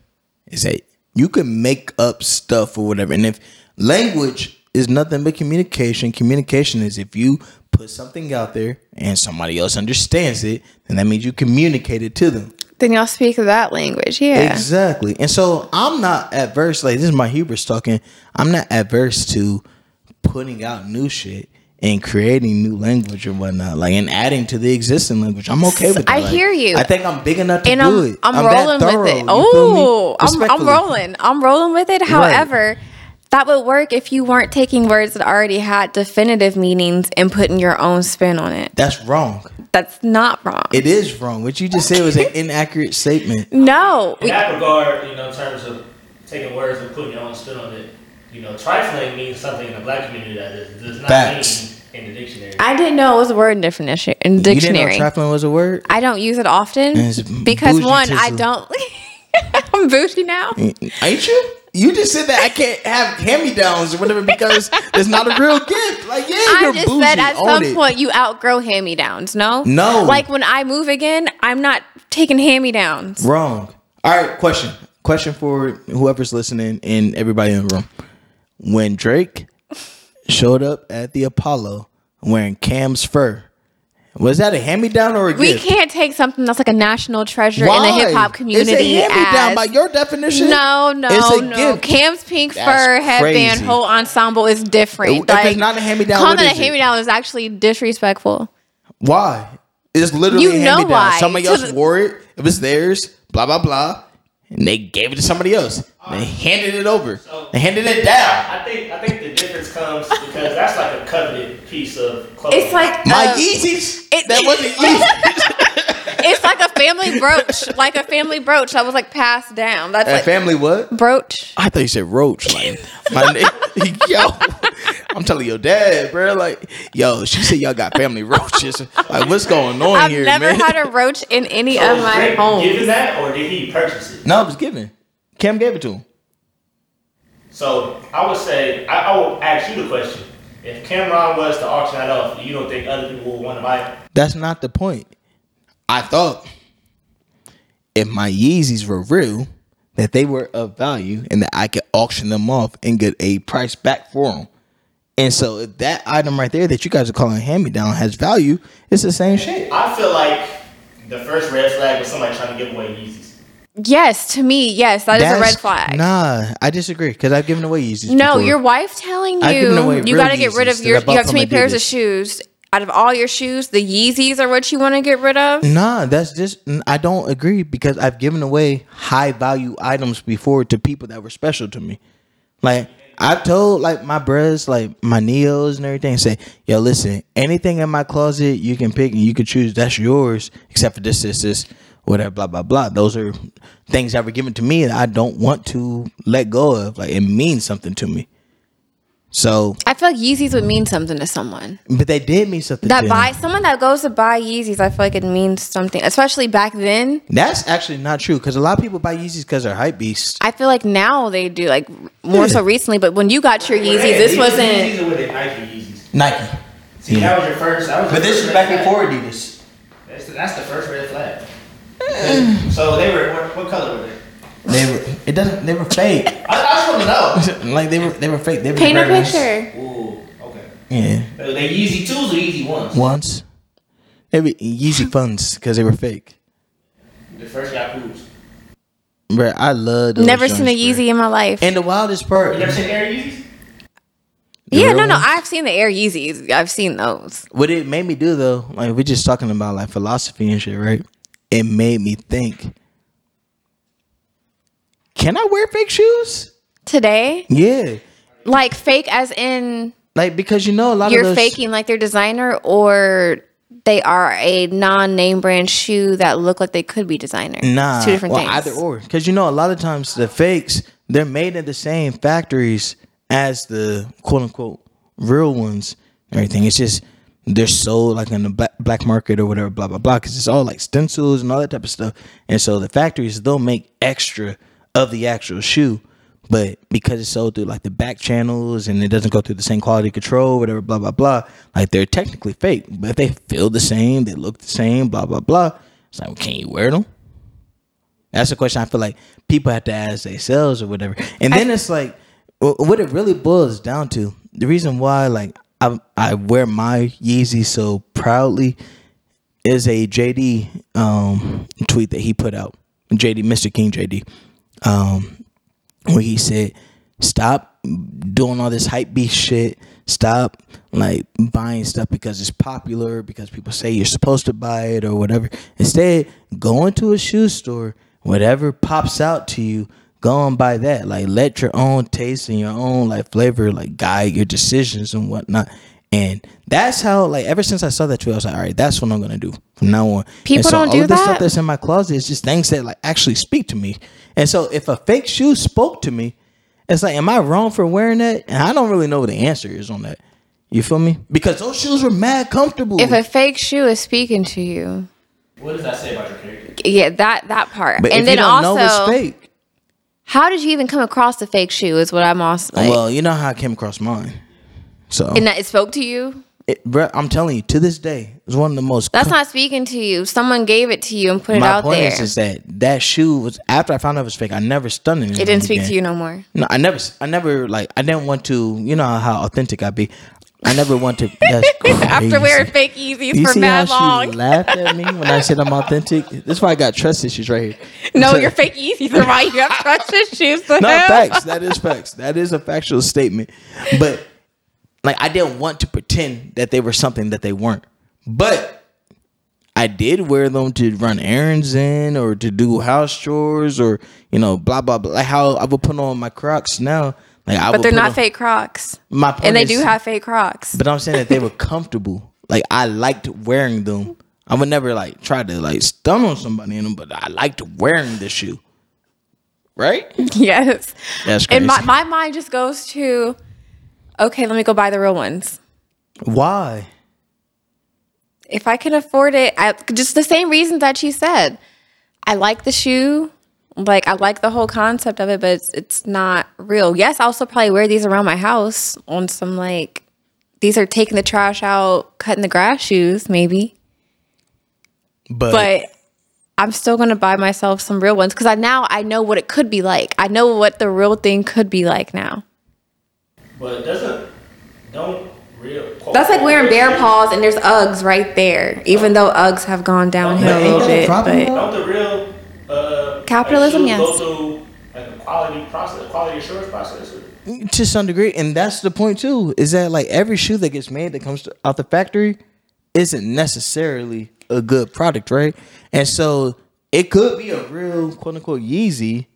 A: Is that you can make up stuff or whatever. And if language is nothing but communication, communication is if you put something out there and somebody else understands it, then that means you communicate it to them.
B: then y'all speak that language. Yeah.
A: Exactly. And so I'm not adverse, like this is my hubris talking. I'm not adverse to putting out new shit and creating new language and whatnot, like and adding to the existing language. I'm okay with that.
B: I
A: Like,
B: hear you.
A: I think I'm big enough to
B: and
A: do
B: I'm,
A: it.
B: I'm,
A: that
B: rolling
A: thorough,
B: with
A: you
B: it.
A: feel me?
B: Oh, I'm, I'm
A: Respectfully.
B: rolling. I'm rolling with it. However, that would work if you weren't taking words that already had definitive meanings and putting your own spin on it.
A: That's wrong.
B: That's not wrong.
A: It is wrong. What you just said was an inaccurate statement.
B: no,
F: in
B: we-
F: that regard, you know, in terms of taking words and putting your own spin on it, you know, trifling means something in the black community that is, does not
A: Facts.
F: mean in the dictionary.
B: I didn't know it was a word in definition in
A: You didn't
B: dictionary.
A: know trifling was a word?
B: I don't use it
A: It's
B: often because
A: bougie
B: one, I
A: tizzle.
B: don't. I'm bougie now.
A: Ain't you? You just said that I can't have hand-me-downs or whatever because it's not a real gift. Like, yeah,
B: I
A: you're
B: just
A: bougie.
B: said at
A: Own
B: some
A: it.
B: point you outgrow hand me downs. No,
A: No.
B: Like when I move again, I'm not taking hand me downs.
A: Wrong. All right, question. Question for whoever's listening and everybody in the room. When Drake showed up at the Apollo wearing Cam's fur, was that a hand me down or a
B: We
A: gift?
B: can't take something that's like a national treasure in the hip hop community.
A: It's a hand-me-down
B: as-
A: by your definition.
B: no, no,
A: It's a
B: no.
A: gift.
B: Cam's pink
A: That's
B: fur headband
A: crazy.
B: whole ensemble is different.
A: If it's not a hand-me-down,
B: calling
A: what
B: it a
A: is it?
B: hand me down is actually disrespectful.
A: Why? It's literally
B: You
A: a
B: know
A: hand-me-down.
B: why.
A: Somebody
B: To
A: else
B: the-
A: wore it. It was theirs. Blah blah blah. And they gave it to somebody else. They handed it over. They handed it down.
F: I think I think the difference comes because that's like a coveted piece of clothing.
B: It's like
A: My
B: uh,
A: Yeezys.
B: it-
A: that wasn't Yeezys.
B: it's like a family brooch, like a family brooch that was like passed down. That's
A: That
B: like
A: family what?
B: brooch.
A: I thought you said roach. Like my ni- yo, I'm telling your dad, bro. Like yo, she said y'all got family roaches. Like what's going on
B: I've
A: here,
B: never
A: man?
B: had a roach in any
F: So
B: of
F: is
B: my
F: Drake
B: homes.
F: Giving that, or did he purchase it?
A: no, it was given. Cam gave it to him.
F: So I would say I, I would ask you the question: If Cameron was to auction that off, you don't think other people would want to buy it?
A: That's not the point. I thought if my Yeezys were real, that they were of value and that I could auction them off and get a price back for them. And so if that item right there that you guys are calling hand me down has value, it's the same shit.
F: I feel like the first red flag was somebody trying to give away Yeezys.
B: Yes, to me, yes, that is a red flag.
A: Nah, I disagree because I've given away Yeezys.
B: No,
A: before.
B: your wife telling
A: I've given away
B: you you
A: real
B: got to get rid
A: Yeezys
B: of
A: that
B: your.
A: I bought
B: You have too
A: from my
B: many pairs of
A: dealers.
B: shoes. Out of all your shoes, the Yeezys are what you want to get rid of.
A: Nah, that's just n- I don't agree because I've given away high value items before to people that were special to me. Like I told like my bros, like my neos and everything, say, yo, listen, anything in my closet you can pick and you can choose, that's yours, except for this, this, this, whatever, blah, blah, blah. Those are things that were given to me that I don't want to let go of. Like it means something to me. So
B: I feel like Yeezys would mean something to someone
A: but they did mean something to
B: that
A: me.
B: buy someone that goes to buy Yeezys. I feel like it means something, especially back then.
A: That's actually not true because a lot of people buy Yeezys because they're hype beasts.
B: I feel like now they do like more
A: Yeah.
B: so recently, but when you got your Yeezys, this wasn't.
F: Yeezys were the Nike Yeezys.
A: Nike.
F: See, that was your first. That was
A: But
F: your
A: this
F: first
A: is
F: red
A: back and
F: flag.
A: forth Adidas.
F: That's the, that's the first red flag. so they were what, what color were they?
A: They were it doesn't they were fake.
F: I, I just want to know.
A: like they were they were fake. They were
B: Paint a
A: very nice.
B: picture.
F: Ooh, okay.
A: Yeah.
F: They they Yeezy twos or Yeezy ones?
A: Once. They were Yeezy funds because they were fake.
F: The first Yakuts.
A: Bro, I love those
B: Never seen a
A: joints, bruh.
B: Yeezy in my life.
A: And the wildest part.
F: You never seen Air Yeezys?
A: the
B: yeah,
A: real
B: no, no,
A: ones,
B: I've seen the Air Yeezys. I've seen those.
A: what it made me do though, like we're just talking about like philosophy and shit, right? It made me think. Can I wear fake shoes?
B: Today,
A: Yeah.
B: like fake as in
A: Like because you know a lot
B: you're
A: of those
B: faking like their designer or they are a non-name brand shoe that look like they could be designer.
A: Nah,
B: It's two different
A: well,
B: things.
A: Either or, because you know a lot of times the fakes they're made in the same factories as the quote unquote real ones. and Everything it's just they're sold like in the black, black market or whatever, blah blah blah. Because it's all like stencils and all that type of stuff. And so the factories they'll make extra of the actual shoe, but because it's sold through like the back channels and it doesn't go through the same quality control, whatever, blah blah blah. Like they're technically fake, but they feel the same, they look the same, blah blah blah. It's like, well, can you wear them? That's a question I feel like people have to ask themselves or whatever. And then it's like, wh- what it really boils down to, the reason why like I I wear my Yeezy so proudly is a JD um, tweet that he put out. JD, Mr. King JD, um, where he said, "Stop doing all this hype beast shit. Stop like buying stuff because it's popular because people say you're supposed to buy it or whatever. Instead, go into a shoe store. Whatever pops out to you, go and buy that. Like let your own taste and your own like flavor like guide your decisions and whatnot." And that's how, like, ever since I saw that tweet, I was like, all right, that's what I'm gonna do from now on. And
B: People
A: so
B: don't
A: all
B: do
A: of this stuff
B: that?
A: that's in my closet is just things that like actually speak to me. And so if a fake shoe spoke to me, it's like, am I wrong for wearing that? And I don't really know what the answer is on that. You feel me? Because those shoes were mad comfortable.
B: if a fake shoe is speaking to you,
F: What does that say about your character?
B: yeah, that that part.
A: but if
B: and then
A: you don't know it's
B: also,
A: fake,
B: how did you even come across the fake shoe? Is what I'm also like.
A: well, you know how I came across mine. So,
B: and that it spoke to you.
A: it, bruh, I'm telling you, to this day, it's one of the most.
B: That's not speaking to you. Someone gave it to you and put it
A: my
B: out
A: point
B: there.
A: is, is that that shoe was after I found out it was fake. I never stunned
B: it didn't speak to you no more.
A: No, I never, I never like, I didn't want to. You know how authentic I be. I never want to. That's crazy.
B: After wearing fake Yeezys
A: you
B: for
A: see how
B: mad
A: she
B: long.
A: laughed at me when I said I'm authentic? That's why I got trust issues right here.
B: No,
A: So-
B: your fake Yeezys are why you have trust issues.
A: no facts. That is facts. That is a factual statement. But like, I didn't want to pretend that they were something that they weren't. But I did wear them to run errands in, or to do house chores, or you know, blah blah blah. Like how I would put on my Crocs now. Like I
B: But
A: would
B: they're
A: put
B: not
A: on-
B: fake Crocs.
A: My point
B: and they
A: is-
B: do have fake Crocs.
A: But I'm saying that they were comfortable. Like I liked wearing them. I would never like try to like stun on somebody in them, but I liked wearing the shoe. Right?
B: yes.
A: That's crazy.
B: And my, my mind just goes to, okay, let me go buy the real ones.
A: Why?
B: If I can afford it, I, just the same reasons that she said. I like the shoe. Like I like the whole concept of it, but it's, it's not real. Yes, I'll still probably wear these around my house on some like these are taking the trash out, cutting the grass shoes, maybe.
A: But,
B: But I'm still gonna buy myself some real ones because I now I know what it could be like. I know what the real thing could be like now.
F: But doesn't don't real. Quote,
B: That's like wearing
F: real
B: bear
F: shoes-
B: paws and there's Uggs right there, even though Uggs have gone downhill a
F: But ain't
B: little
F: that a
B: bit.
E: problem,
B: But
E: though?
F: Don't the real uh,
B: Capitalism,
F: shoes
B: yes.
F: Go through like a quality process, quality assurance process.
A: to some degree, and that's the point too, is that like every shoe that gets made that comes to- out the factory isn't necessarily a good product, right? And so it could be a real quote unquote Yeezy,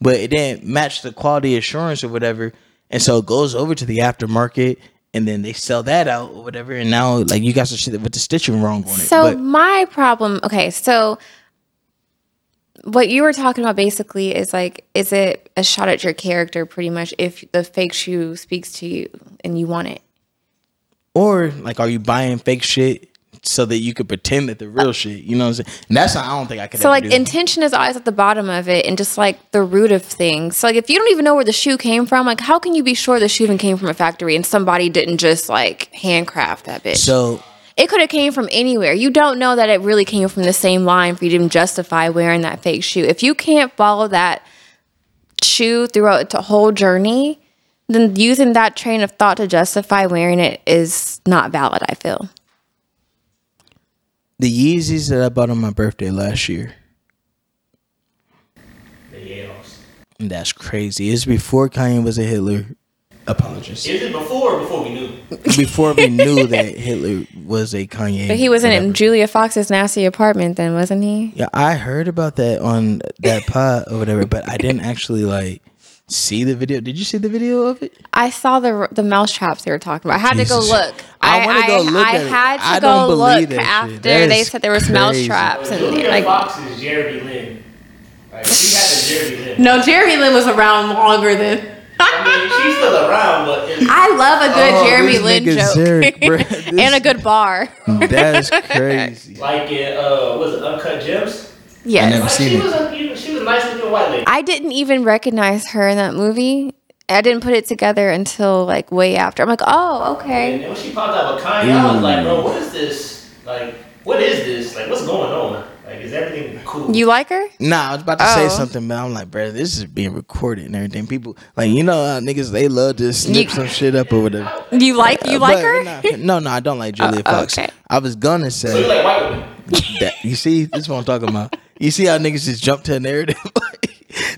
A: but it didn't match the quality assurance or whatever. And so it goes over to the aftermarket and then they sell that out or whatever. And now like you got some shit with the stitching wrong on it.
B: So
A: but
B: my problem, okay, so what you were talking about basically is like, is it a shot at your character pretty much if the fake shoe speaks to you and you want it?
A: or like are you buying fake shit so that you could pretend that the real shit, you know what I'm saying? And that's not, I don't think I could
B: So
A: ever
B: like
A: do.
B: intention is always at the bottom of it and just like the root of things. So like if you don't even know where the shoe came from, like how can you be sure the shoe even came from a factory and somebody didn't just like handcraft that bitch?
A: so
B: it could have came from anywhere. You don't know that it really came from the same line for you to even justify wearing that fake shoe. If you can't follow that shoe throughout the whole journey, then using that train of thought to justify wearing it is not valid, I feel.
A: the Yeezys that I bought on my birthday last year.
F: The Yales.
A: And that's crazy. It's before Kanye was a Hitler apologist.
F: Is it before or before we knew?
A: Before we knew that Hitler was a Kanye.
B: But he was
A: whatever.
B: in Julia Fox's nasty apartment then, wasn't he?
A: Yeah, I heard about that on that pod or whatever, but I didn't actually like see the video. Did you see the video of it?
B: I saw the the mouse traps they were talking about. I had to
A: Jesus.
B: go look.
A: I
B: I,
A: wanna
B: I,
A: go look
B: I
A: at it.
B: had to
A: I don't
B: go
A: believe that
B: look
A: shit.
B: after
A: That
B: they
A: is
B: said there was mouse
A: crazy.
B: traps and
F: Julia
B: like
F: Fox is Jeremy Lin. Like she had the Jeremy Lin.
B: No, Jeremy Lin was around longer than.
F: I mean, she's still around, but it's,
B: I love a good
A: Oh,
B: Jeremy
A: this
B: Lin
A: nigga
B: joke
A: Zarek, bruh.
B: and a good bar.
A: That is crazy.
F: like in uh, was it Uncut Gems?
A: never-
B: Yes,
F: Like,
A: seen
F: she
A: it.
F: was a you- she was a nice looking white lady.
B: I didn't even recognize her in that movie. I didn't put it together until like way after. I'm like, oh,
F: And
B: okay.
F: then when she popped out with Kanye, I was like, bro, what is this? Like, what is this? Like, what's going on? Like, is everything cool?
B: You like her?
A: Nah, I was about to
B: Oh.
A: say something, but I'm like, bruh, this is being recorded and everything. People, like, you know, how niggas, they love to snip
B: You-
A: some shit up or whatever.
B: You like you like
A: But
B: her?
A: we're not- no, no, I don't like Julia
B: Oh,
A: Fox.
B: okay.
A: I was gonna
F: so you
A: say
F: like white women?
A: that. You see, this is what I'm talking about. You see how niggas just jump to a narrative?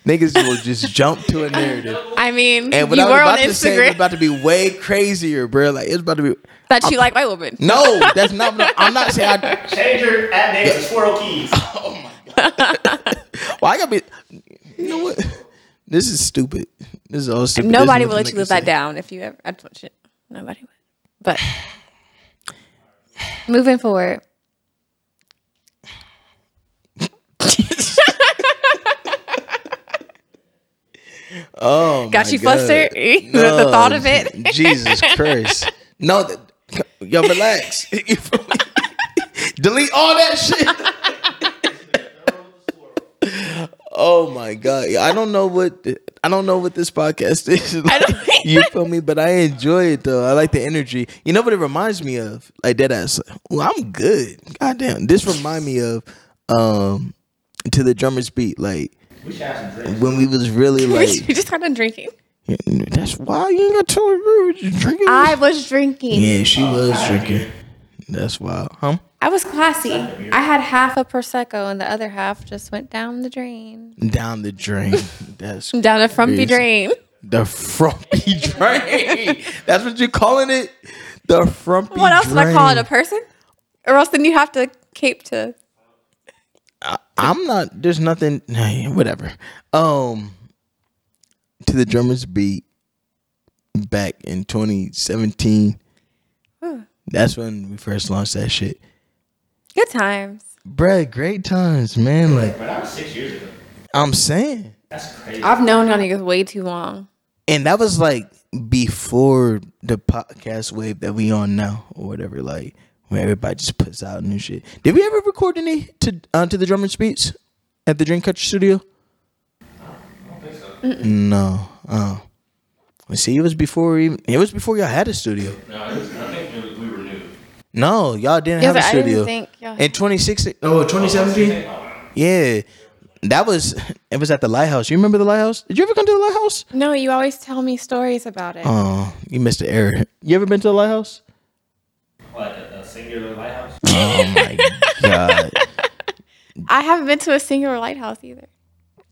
A: niggas will just jump to a narrative.
B: I mean,
A: And what
B: you
A: I was
B: were on
A: about to say was
B: Instagram
A: about to be way crazier, bro. Like it's about to be.
B: that you like white women.
A: No, that's not. what I- I'm not saying. I,
F: Change your ad name to Swirl Keys.
A: well, I gotta be. You know what? This is stupid. This is all stupid.
B: Nobody
A: This
B: will
A: is
B: let
A: nothing
B: you live that
A: to
B: down if you ever. I don't shit. Nobody would. But moving forward.
A: Oh,
B: Got
A: my
B: you
A: God.
B: flustered with the thought of it?
A: Jesus Christ! No, th- yo, relax. You feel me? Delete all that shit. oh my God! I don't know what I don't know what this podcast is.
B: don't-
A: you feel me? But I enjoy it though. I like the energy. You know what it reminds me of? Like dead ass. Well, I'm good. Goddamn. This remind me of um to the drummer's beat. Like
F: We should have some drinks.
A: when we was really like
B: you just kind of drinking.
A: that's why you ain't got to agree with you drinking.
B: I was drinking.
A: yeah, she was drinking. That's wild, huh?
B: I was classy. I had half a prosecco and the other half just went down the drain.
A: Down the drain. That's
B: Down a frumpy
A: crazy.
B: drain.
A: The frumpy drain. That's what you're calling it. The frumpy.
B: What else
A: drain.
B: would I call it? A person? Or else then you have to cape to.
A: I'm not. There's nothing. nah, yeah, Whatever. Um, to the drummer's beat. Back in 2017. That's when we first launched that shit.
B: Good times.
A: Bruh, great times, man. Like
F: But that was six years ago.
A: I'm saying.
F: That's crazy.
B: I've known y'all niggas way too long.
A: and that was like before the podcast wave that we on now or whatever like where everybody just puts out new shit did we ever record any to uh, to the drummer beats at the dreamcatcher studio No. Oh. Well, See, it was before even, it was before y'all had a studio.
G: No, it was, I think it was, we were new.
A: No, y'all didn't
B: Yeah,
A: have a
B: but I didn't
A: studio.
B: think y'all-
A: In 2016, oh, 2017? Yeah. That was it was at the lighthouse. You remember the lighthouse? Did you ever come to the lighthouse?
B: No, you always tell me stories about it.
A: Oh, you missed the error. You ever been to the lighthouse?
F: Like a, a singular lighthouse.
A: Oh my god.
B: I haven't been to a singular lighthouse either.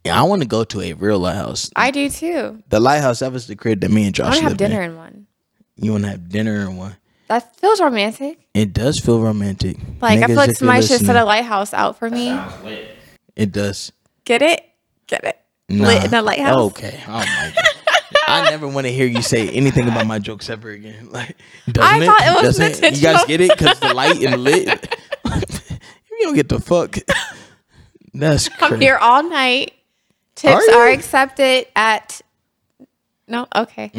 A: Yeah, I want to go to a real lighthouse.
B: I do too.
A: The lighthouse that was the crib that me and
B: I
A: Josh
B: want to have
A: lived in.
B: dinner in one.
A: You want to have dinner in one.
B: That feels romantic.
A: It does feel romantic.
B: Like I
A: Niggas,
B: feel like
A: if you're
B: somebody should set
A: listening,
B: a lighthouse out for me.
A: It does.
B: Get it? Get it?
A: Nah.
B: Lit in a lighthouse.
A: Okay. Oh my god. I never want to hear you say anything about my jokes ever again. Like, doesn't
B: I thought it was
A: doesn't You guys
B: intentional.
A: get it? Because the light and lit. you don't get the fuck. That's
B: I'm
A: crazy.
B: here all night. Tips
A: Are
B: are,
A: you?
B: accepted at. No, okay.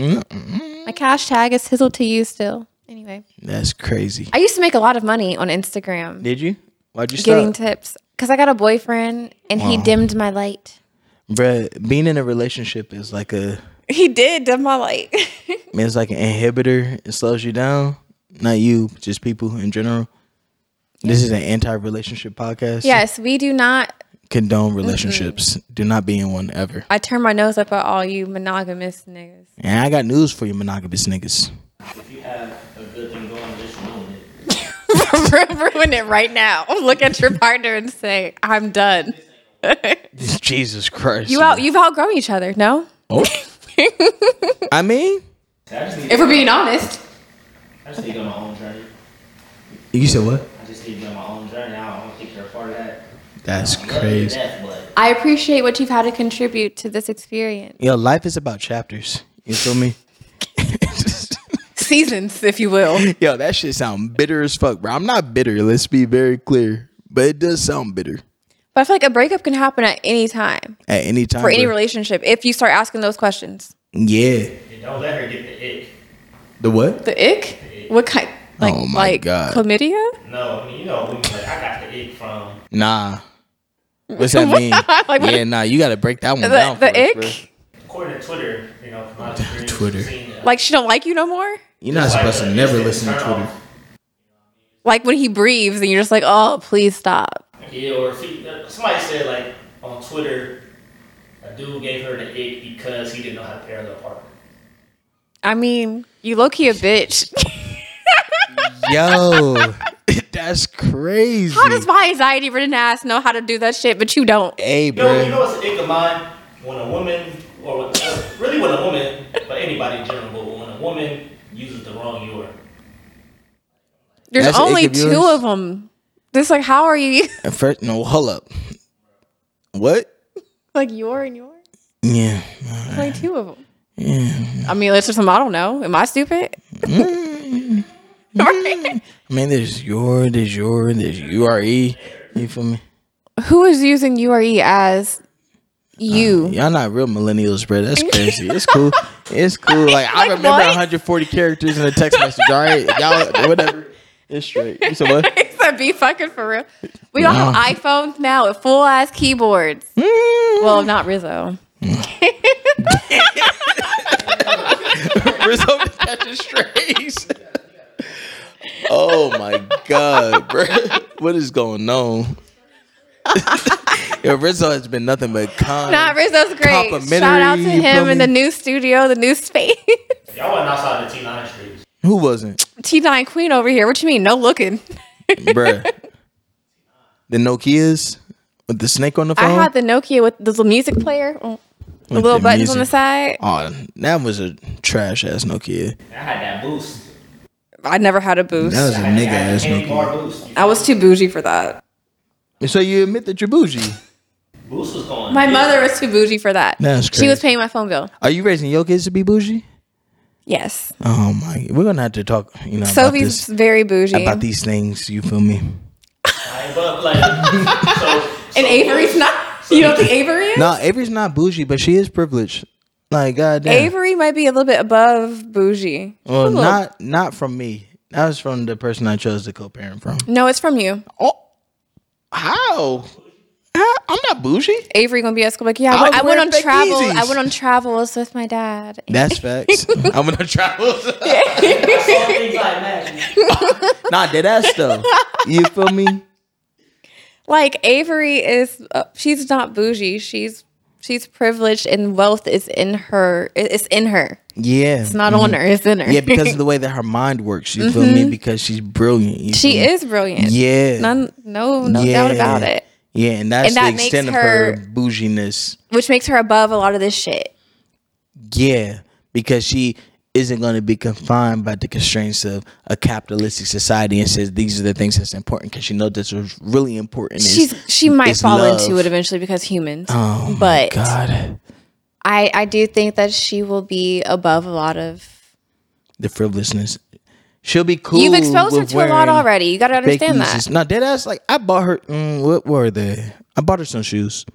B: My cash tag is hizzle to you still. Anyway,
A: That's crazy.
B: I used to make a lot of money on Instagram
A: Did you? Why'd you
B: getting
A: stop?
B: tips because I got a boyfriend and he dimmed my light.
A: Bruh, being in a relationship is like a
B: He did dim my light.
A: it's like an inhibitor. It slows you down. Not you, just people in general. This is an anti-relationship podcast.
B: yes, we do not.
A: Condone
B: Mm-hmm.
A: relationships. Do not be in one ever.
B: I turn my nose up at all you monogamous niggas.
A: And I got news for you, monogamous niggas.
F: If you have a good thing going, just ruin it.
B: Ruin it right now. Look at your partner and say, "I'm done."
A: Jesus Christ.
B: You out. You've outgrown each other. No,
A: Oh. I mean,
F: I just need,
B: if we're being honest.
F: I just need to go on my own journey.
A: you said what?
F: I just need to go on my own journey. I don't think you're a part of that.
A: That's
F: I love you to
A: crazy.
F: death, but
B: I appreciate what you've had to contribute to this experience.
A: Yo, life is about chapters. You feel me?
B: Seasons, if you will.
A: Yo, that shit sound bitter as fuck, bro. I'm not bitter. Let's be very clear, but it does sound bitter
B: But I feel like a breakup can happen at any time
A: at any time.
B: for any
A: bro.
B: relationship if you start asking those questions.
A: yeah.
F: you don't let her get the ick.
A: The what?
B: The ick? What kind? Like,
A: Oh my
B: like
A: God.
B: chlamydia?
F: No, I mean, you know, women, like, I got the ick from.
A: Nah. What's that mean?
B: Like, what-
A: yeah, nah. You gotta break that one
B: The,
A: down.
B: the
A: for us,
B: ick?
A: bro.
F: According to Twitter, you know, from my experience,
A: Twitter.
F: I've seen that.
B: Like she don't like you no more?
A: You're not supposed to
F: Like,
A: never
F: it's
A: listen to
F: turn
A: Twitter.
F: off.
B: Like when he breathes and you're just like, oh, please stop.
F: Yeah, or if he, somebody said like on Twitter, a dude gave her the ick because he didn't know how to parallel park.
B: I mean, you low key a bitch.
A: Yo, that's crazy.
B: How does my anxiety ridden ass know how to do that shit, but you don't?
A: hey,
F: You know, you
A: bro.
F: know what's an ick of mine? When a woman, or uh, really when a woman, but anybody in general, but when a woman uses the wrong URL.
B: There's
A: That's an ick
B: only
A: of
B: two
A: yours?
B: of them. It's like, how are you?
A: At first, no, hold up. What?
B: like your and yours?
A: Yeah.
B: Play two of them. I mean, let's just, I don't know. Am I stupid? Right?
A: I mean, there's your, there's your, there's URE. You feel me?
B: Who is using URE as you?
A: Y'all not real millennials, bro. That's crazy. It's cool. It's cool. Like, I
B: Like,
A: remember
B: what?
A: 140 characters in a text message. All right, y'all, whatever. It's straight. You said what?
B: It's a be fucking for real. We all
A: Nah. Mm.
B: have iPhones now with full ass keyboards. Well, not Rizzo.
A: Rizzo be catching strays. oh my god, bro! What is going on? Yo, Rizzo has been nothing but kind.
B: Not Rizzo's great.
A: complimentary,
B: Shout out to
A: you feel
B: him in the
A: me?
B: new studio, the new space.
F: Y'all wasn't outside the T9 streets.
A: Who wasn't?
B: T9 Queen over here. What you mean? No looking.
A: bruh. The Nokia's with the snake on the
B: I
A: phone.
B: had the Nokia with the little music player, mm, the
A: With
B: little
A: the
B: buttons on the
A: music.
B: side.
A: oh, that was a trash ass Nokia.
F: I had that boost.
B: I never had a boost.
A: That was a
F: I had
A: nigga
F: that
A: ass
F: candy bar
A: Nokia.
F: boost.
B: I was too bougie for that.
A: So you admit that you're bougie?
F: Boost was going.
B: My
F: big.
B: mother was too bougie for that.
A: That's
B: She was
A: crazy.
B: paying my phone bill.
A: Are you raising your kids to be bougie?
B: Yes.
A: Oh my, we're gonna have to talk. You know about this,
B: Sophie's very bougie.
A: about these things. You feel me?
F: Right, but like, so, so
B: and Avery's not. You don't think Avery is?
A: No, Avery's not bougie, but she is privileged. Like goddamn.
B: Avery might be a little bit above bougie.
A: well,
B: A little-
A: not not from me. That was from the person I chose to co-parent from.
B: No, it's from you.
A: Oh, how? I, I'm not bougie.
B: Avery gonna be at school like, yeah,
A: I
B: I
A: was
B: went, I went
A: wearing
B: on
A: fake
B: travel.
A: Yeezys.
B: I went on travels with my dad.
A: That's facts. I'm gonna travel.
F: Things like magic.
A: nah, dead ass though. You feel me?
B: Like Avery is, uh, she's not bougie. She's she's privileged, and wealth is in her. it- It's in her.
A: Yeah.
B: It's not on her. It's in her.
A: Mm-hmm. Yeah, because of the way that her mind works. You feel me? Because she's brilliant. you
B: Mm-hmm. she
A: feel me?
B: is brilliant.
A: Mm-hmm. Yeah.
B: None, no, no
A: Yeah.
B: doubt about it.
A: Yeah, and that's
B: And that
A: the
B: makes
A: extent of her
B: her-
A: bouginess.
B: Which makes her above a lot of this shit.
A: Yeah, because she isn't going to be confined by the constraints of a capitalistic society and says these are the things that's important because she knows that's what's really important. Is,
B: She's she might
A: it's
B: fall
A: love.
B: into it eventually because humans.
A: Oh my
B: but
A: God,
B: I I do think that she will be above a lot of.
A: the frivolousness. She'll be cool.
B: You've exposed her
A: with
B: to a lot
A: wearing
B: already. You got to
A: fake
B: understand that.
A: Yeezys. No, dead ass. Like I bought her. Mm, what were they? I bought her some shoes.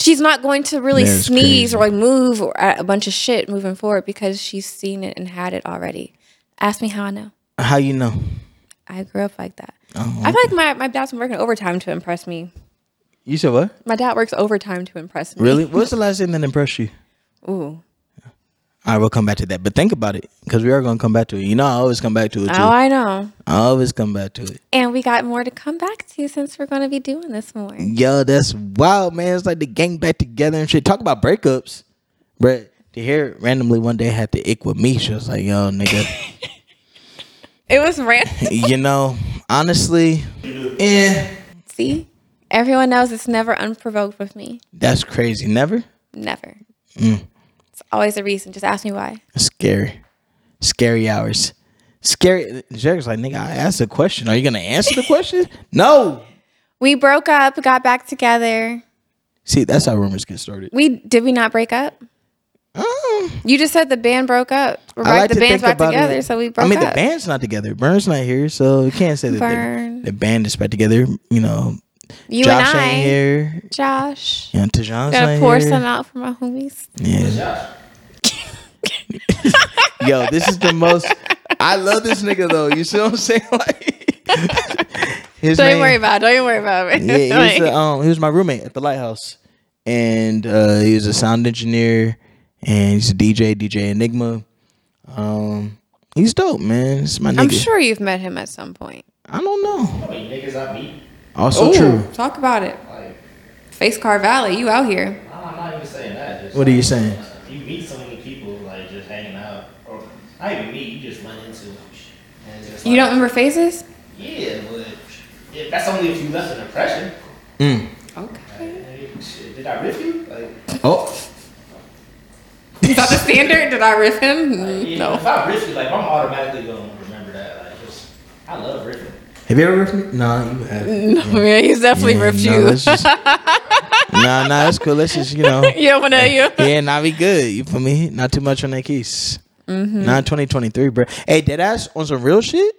B: she's not going to really
A: That is
B: sneeze
A: crazy.
B: or like move or at a bunch of shit moving forward because she's seen it and had it already. Ask me how I know.
A: How you know?
B: I grew up like that.
A: Oh,
B: I feel like my, my dad's been working overtime to impress me.
A: You said what?
B: My dad works overtime to impress me.
A: Really? What's the last thing that impressed you?
B: Ooh.
A: All right, we'll come back to that. But think about it, because we are gonna come back to it. You know, I always come back to it. Too.
B: Oh, I know.
A: I always come back to it.
B: And we got more to come back to since we're going to be doing this more.
A: Yo, that's wild, man. It's like the gang back together and shit. Talk about breakups. But to hear it randomly one day had to ick with me. She was like, yo, nigga.
B: It was random.
A: you know, honestly, yeah.
B: See? Everyone knows it's never unprovoked with me.
A: That's crazy. Never?
B: Never.
A: Mm.
B: It's always a reason. Just ask me why.
A: Scary. Scary hours. Scary. Jared's like, nigga, I asked a question. Are you gonna answer the question? no.
B: We broke up, got back together.
A: See, that's how rumors get started.
B: We did we not break up?
A: Mm.
B: You just said the band broke up. We're
A: I
B: back,
A: like
B: the
A: to
B: band's
A: think
B: back
A: about it-
B: together, so we broke
A: I mean,
B: up.
A: the band's not together. Burn's not here, so we can't say that
B: Burn.
A: the, the band is back together. You know,
B: you
A: Josh
B: and I,
A: ain't here.
B: Josh,
A: You know, Tajan's
B: gotta
A: not
B: pour
A: here.
B: some out for my homies.
A: Yeah. Yo, this is the most. I love this nigga though. You see what I'm saying? Like, his
B: Don't
A: name-
B: worry about it. Don't even worry about it.
A: Yeah, he was,
B: Like,
A: the, um, he was my roommate at the lighthouse, and uh, he was a sound engineer, and he's a DJ, DJ Enigma. Um, he's dope, man. It's my nigga.
B: I'm sure you've met him at some point.
A: I don't know.
F: I mean, niggas I meet.
A: Also
B: Ooh,
A: true.
B: Talk about it. Face Car Valley, you out here.
F: I'm not even saying that. Just
A: What are you saying?
F: You meet so many people like just hanging out, or not even meet. You just run into. them. And it's just
B: You
F: like,
B: don't remember faces?
F: Yeah, but yeah, that's only if you left an impression.
A: Mm.
B: Okay.
F: Hey, shit, did I rip you? Like,
A: Oh,
B: Is that the standard? Did I riff him?
F: yeah,
B: Mm,
F: If
B: No.
F: I rip you, like I'm automatically gonna remember that. Like, just I love ripping.
A: have you ever ripped me? No, you have.
B: No, yeah, he's definitely
A: Yeah,
B: ripped
A: no,
B: you.
A: let's just- nah, nah, that's cool. Let's just, you know.
B: you don't want to, you.
A: Yeah, nah, we good. You feel me? Not too much on that case.
B: Mm-hmm.
A: Not 2023, bro. Hey, dead ass on some real shit?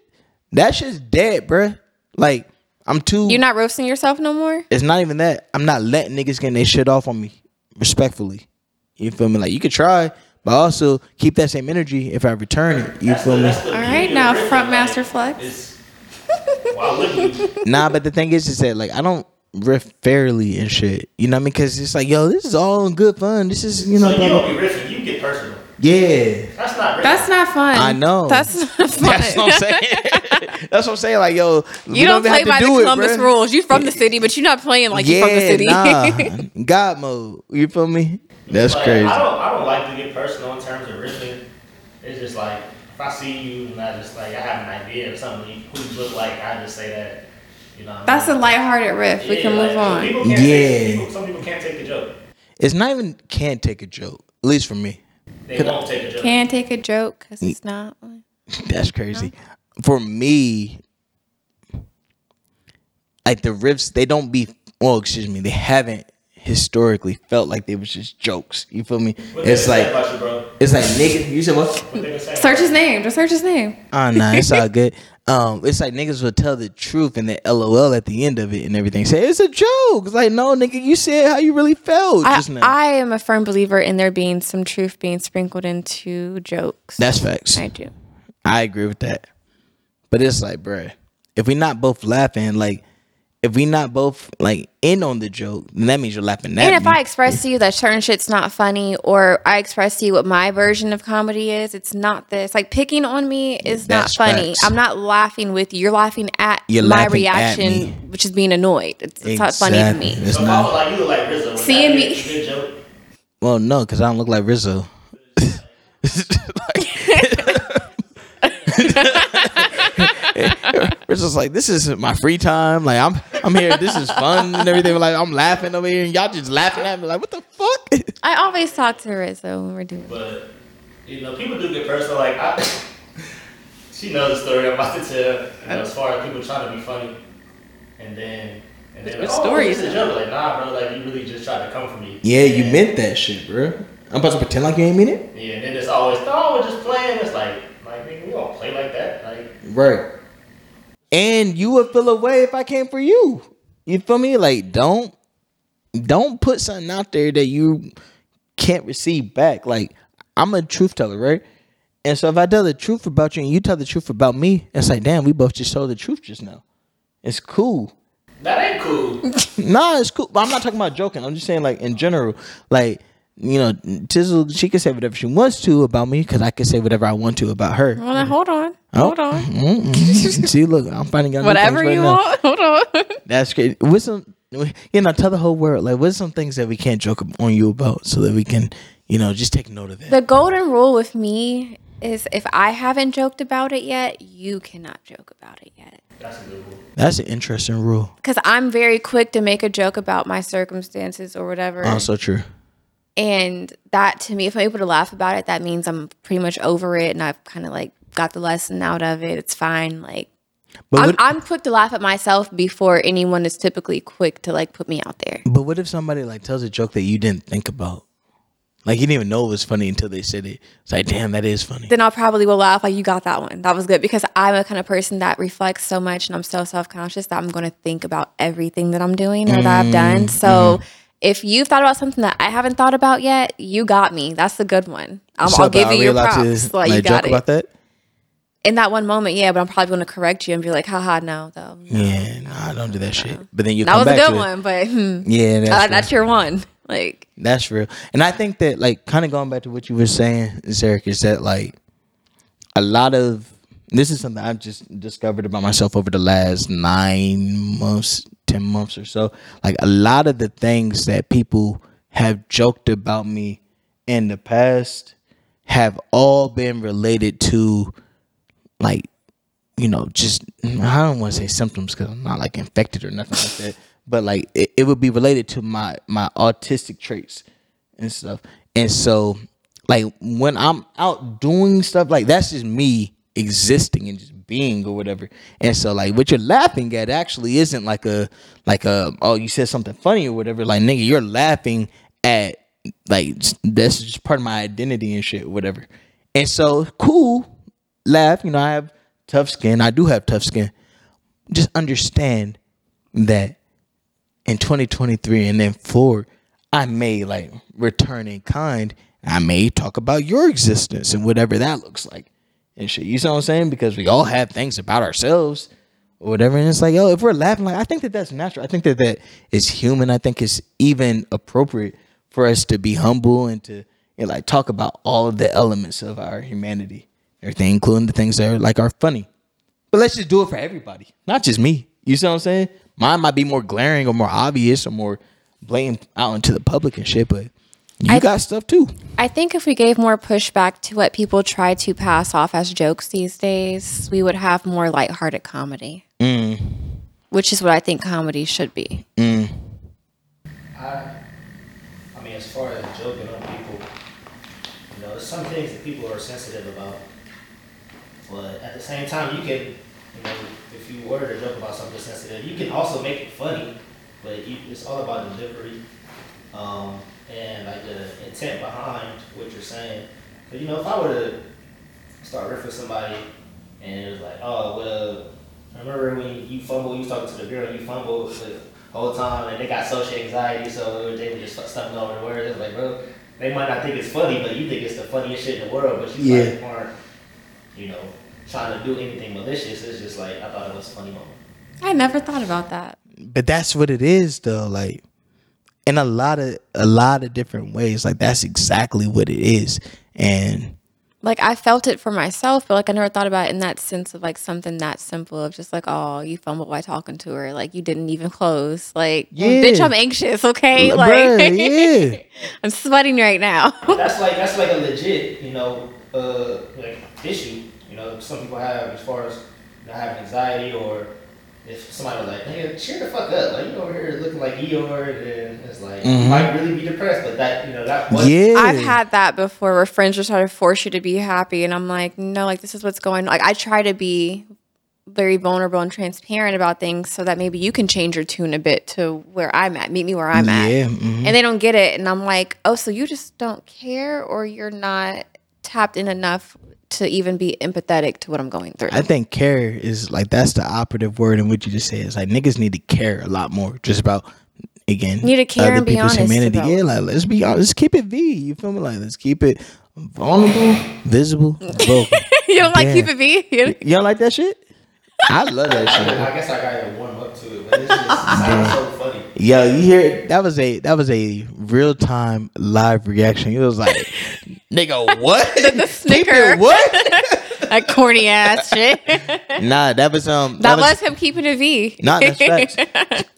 A: That shit's dead, bro. Like, I'm too.
B: You're not roasting yourself no more?
A: it's not even that. I'm not letting niggas getting their shit off on me, respectfully. You feel me? Like, you could try, but also keep that same energy if I return it. You feel me?
B: All right, now front master flex.
F: Why wouldn't you?
A: nah, but the thing is, is that like I don't riff fairly and shit. You know what I mean? Because it's like, yo, this is all in good fun. This is you know,
F: So you
A: blah, blah.
F: don't be riffing. You get personal.
A: yeah.
F: That's not ripping.
B: That's not fun.
A: I know.
B: That's not fun.
A: That's what I'm saying. That's what I'm saying. Like, yo,
B: you don't, play by the Columbus
A: rule.
B: rules. You from the city, but you're not playing like you from the city.
A: yeah, nah. God mode. You feel me? That's
F: Like,
A: crazy.
F: I don't, I don't like to get personal in terms of riffing. It's just like if I see you and I just like I have an idea of something you- who you look like, I just say that. You know. what I
B: That's a
F: mean?
B: lighthearted riff. We
F: Yeah,
B: can
F: like,
B: move on.
F: People can't take,
A: Yeah.
F: people, some people can't take a joke.
A: It's not even can't take a joke. At least for me.
F: They won't take a joke.
B: Can take a joke because it's not. one.
A: That's crazy. For me, like the riffs, they don't be. Well, excuse me, they haven't historically felt like they was just jokes. You feel me?
F: What they
A: It's
F: say
A: like
F: about you, bro?
A: it's like nigga. You said what?
F: What they gonna say?
B: Search his name. Just search his name.
A: Oh nah, it's all good. Um, it's like niggas will tell the truth and the LOL at the end of it and everything. Say it's a joke. It's like no, nigga, you said how you really felt
B: I,
A: just now.
B: I am a firm believer in there being some truth being sprinkled into jokes.
A: That's facts.
B: I do.
A: I agree with that. But it's like, bruh, if we not both laughing, like if we not both like in on the joke, then that means you're laughing at
B: and if
A: me.
B: I express to you that certain shit's not funny, or I express to you what my version of comedy is, it's not this. Like picking on me is
A: That's
B: not funny.
A: facts.
B: I'm not laughing with you. You're laughing at
A: You're
B: my
A: laughing at
B: reaction,
A: me.
B: which is being annoyed. It's, it's not funny to me.
A: It's
F: So if I was
A: not.
F: like, you look like Rizzo. would that
B: Seeing
F: be a
B: me-
F: Good joke.
A: Well, no, because I don't look like Rizzo. Like- Rizzo's like, this is my free time. Like I'm, I'm here. This is fun and everything. Like I'm laughing over here, and y'all just laughing at me. Like what the fuck?
B: I always talk to Rizzo when we're doing.
F: But you know, people do get personal. Like I, she knows the story I'm about to tell. You know, as far as people trying to be funny, and then and then
H: What
F: like, oh,
H: story
F: it's
H: is
F: a joke. Like nah, bro. Like you really just tried to come for me.
A: Yeah, you
F: And-
A: meant that shit, bro. I'm about to pretend like you ain't mean it.
F: Yeah, and then it's always oh, we're just playing. It's like like nigga, we don't play like that. Like
A: Right. And you would feel away if I came for you. You feel me? Like don't don't put something out there that you can't receive back. Like I'm a truth teller, right? And so if I tell the truth about you and you tell the truth about me, it's like, damn, we both just told the truth just now. It's cool.
F: that ain't cool.
A: Nah, it's cool. But I'm not talking about joking. I'm just saying, like in general, like you know, Tizzle, she can say whatever she wants to about me because I can say whatever I want to about her.
H: Well, now hold on. Hold on.
A: Mm-mm. See, look, I'm finding out new
H: Whatever
A: things Oh, right
H: you
A: now.
H: want. Hold on.
A: That's great. What's some, you know, tell the whole world like what's some things that we can't joke on you about so that we can, you know, just take note of that.
B: The golden rule with me is if I haven't joked about it yet, you cannot joke about it yet.
F: That's a good one.
A: That's an interesting rule.
B: Because I'm very quick to make a joke about my circumstances or whatever.
A: Oh, so true.
B: And that to me, if I'm able to laugh about it, that means I'm pretty much over it and I've kind of like got the lesson out of it. It's fine. Like,
A: But
B: I'm,
A: what,
B: I'm quick to laugh at myself before anyone is typically quick to like put me out there.
A: but what if somebody like tells a joke that you didn't think about, like you didn't even know it was funny until they said it? It's like, damn, that is funny.
B: Then I'll probably will laugh like you got that one. That was good because I'm a kind of person that reflects so much and I'm so self conscious that I'm going to think about everything that I'm doing or that I've
A: Mm,
B: done. So
A: mm-hmm.
B: if you've thought about something that I haven't thought about yet, you got me. That's the good one. I'm,
A: So,
B: I'll
A: but
B: give
A: are
B: you
A: we
B: your
A: allowed
B: props.
A: To,
B: like, you got
A: joke
B: it.
A: about that.
B: in that one moment, yeah, but I'm probably going to correct you and be like, haha, no, though. no."
A: Yeah, nah, don't do that shit. But then you
B: That
A: come
B: was a
A: Mm, back
B: good
A: to it.
B: one, but hmm,
A: Yeah, that's,
B: uh,
A: real.
B: that's your one. Like,
A: That's real. And I think that like kind of going back to what you were saying, Zarek, is that like a lot of this is something I've just discovered about myself over the last nine months, ten months or so. Like a lot of the things that people have joked about me in the past have all been related to like you know, just I don't want to say symptoms because I'm not like infected or nothing like that, but like it, it would be related to my my autistic traits and stuff. And so, like when I'm out doing stuff, like that's just me existing and just being or whatever. And so, like what you're laughing at actually isn't like a like a oh you said something funny or whatever. Like nigga, you're laughing at like that's just part of my identity and shit, whatever. And so, cool, laugh. You know, I have tough skin. I do have tough skin. Just understand that in 2023 and then forward, I may like return in kind. I may talk about your existence and whatever that looks like and shit. You see what I'm saying? Because we all have things about ourselves or whatever. And it's like, yo, if we're laughing, like I think that that's natural. I think that that is human. I think it's even appropriate for us to be humble and to you know, like talk about all of the elements of our humanity, everything, including the things that are like are funny. But let's just do it for everybody, not just me. You see what I'm saying? Mine might be more glaring or more obvious or more blatant out into the public and shit, but you got stuff too.
B: I think if we gave more pushback to what people try to pass off as jokes these days, we would have more lighthearted comedy,
A: Mm.
B: which is what I think comedy should be.
F: I, I mean, as far as joking on people, you know, there's some things that people are sensitive about. But at the same time, you can, you know, if you were to joke about something sensitive, you can also make it funny. But you, it's all about delivery um, and like the intent behind what you're saying. But you know, if I were to start riffing somebody and it was like, oh well, I remember when you fumbled, you was talking to the girl, you fumbled the whole time, and they got social anxiety, so they were just stumbling over the words. It's like, bro, they might not think it's funny, but you think it's the funniest shit in the world, but you like aren't, you know, trying to do anything malicious. It's just like I thought it was a funny moment.
B: I never thought about that.
A: but that's what it is though. Like in a lot of a lot of different ways. Like that's exactly what it is. And
B: like I felt it for myself, but like I never thought about it in that sense of like something that simple of just like, oh, you fumbled while talking to her, like you didn't even close, like bitch,
A: Yeah.
B: I'm anxious, okay,
A: Bruh,
B: like
A: yeah.
B: I'm sweating right now.
F: that's like that's like a legit, you know, uh, like issue. You know, some people have as far as not having anxiety or if somebody was like, "Nigga, cheer the fuck up!" Like you over here looking like Eeyore, and then it's like
A: Mm-hmm.
F: you might really be depressed, but that you know that was
A: yeah.
B: I've had that before where friends just try to force you to be happy. And I'm like, no, like this is what's going Like I try to be very vulnerable and transparent about things so that maybe you can change your tune a bit to where I'm at. Meet me where I'm at.
A: Yeah, mhm.
B: And they don't get it. And I'm like, oh, so you just don't care or you're not tapped in enough to even be empathetic to what I'm going through.
A: I think care is like that's the operative word in what you just said. It's like niggas need to care a lot more just about again
B: Need to care and be honest about-
A: Yeah, like let's be honest. Let's keep it V. You feel me? Like let's keep it vulnerable, visible, vocal.
B: you don't like
A: Damn.
B: keep it be? You-
A: Y'all like that shit? I love that
F: I guess I gotta warm up to it, but it's just sounds so funny.
A: shit. Yo, you hear that was a that was a real time live reaction. It was like, nigga, what?
B: the snicker.
A: what?
B: That corny ass shit. that,
A: Nah, that was um
B: was, him keeping a V.
A: Nah, that's facts.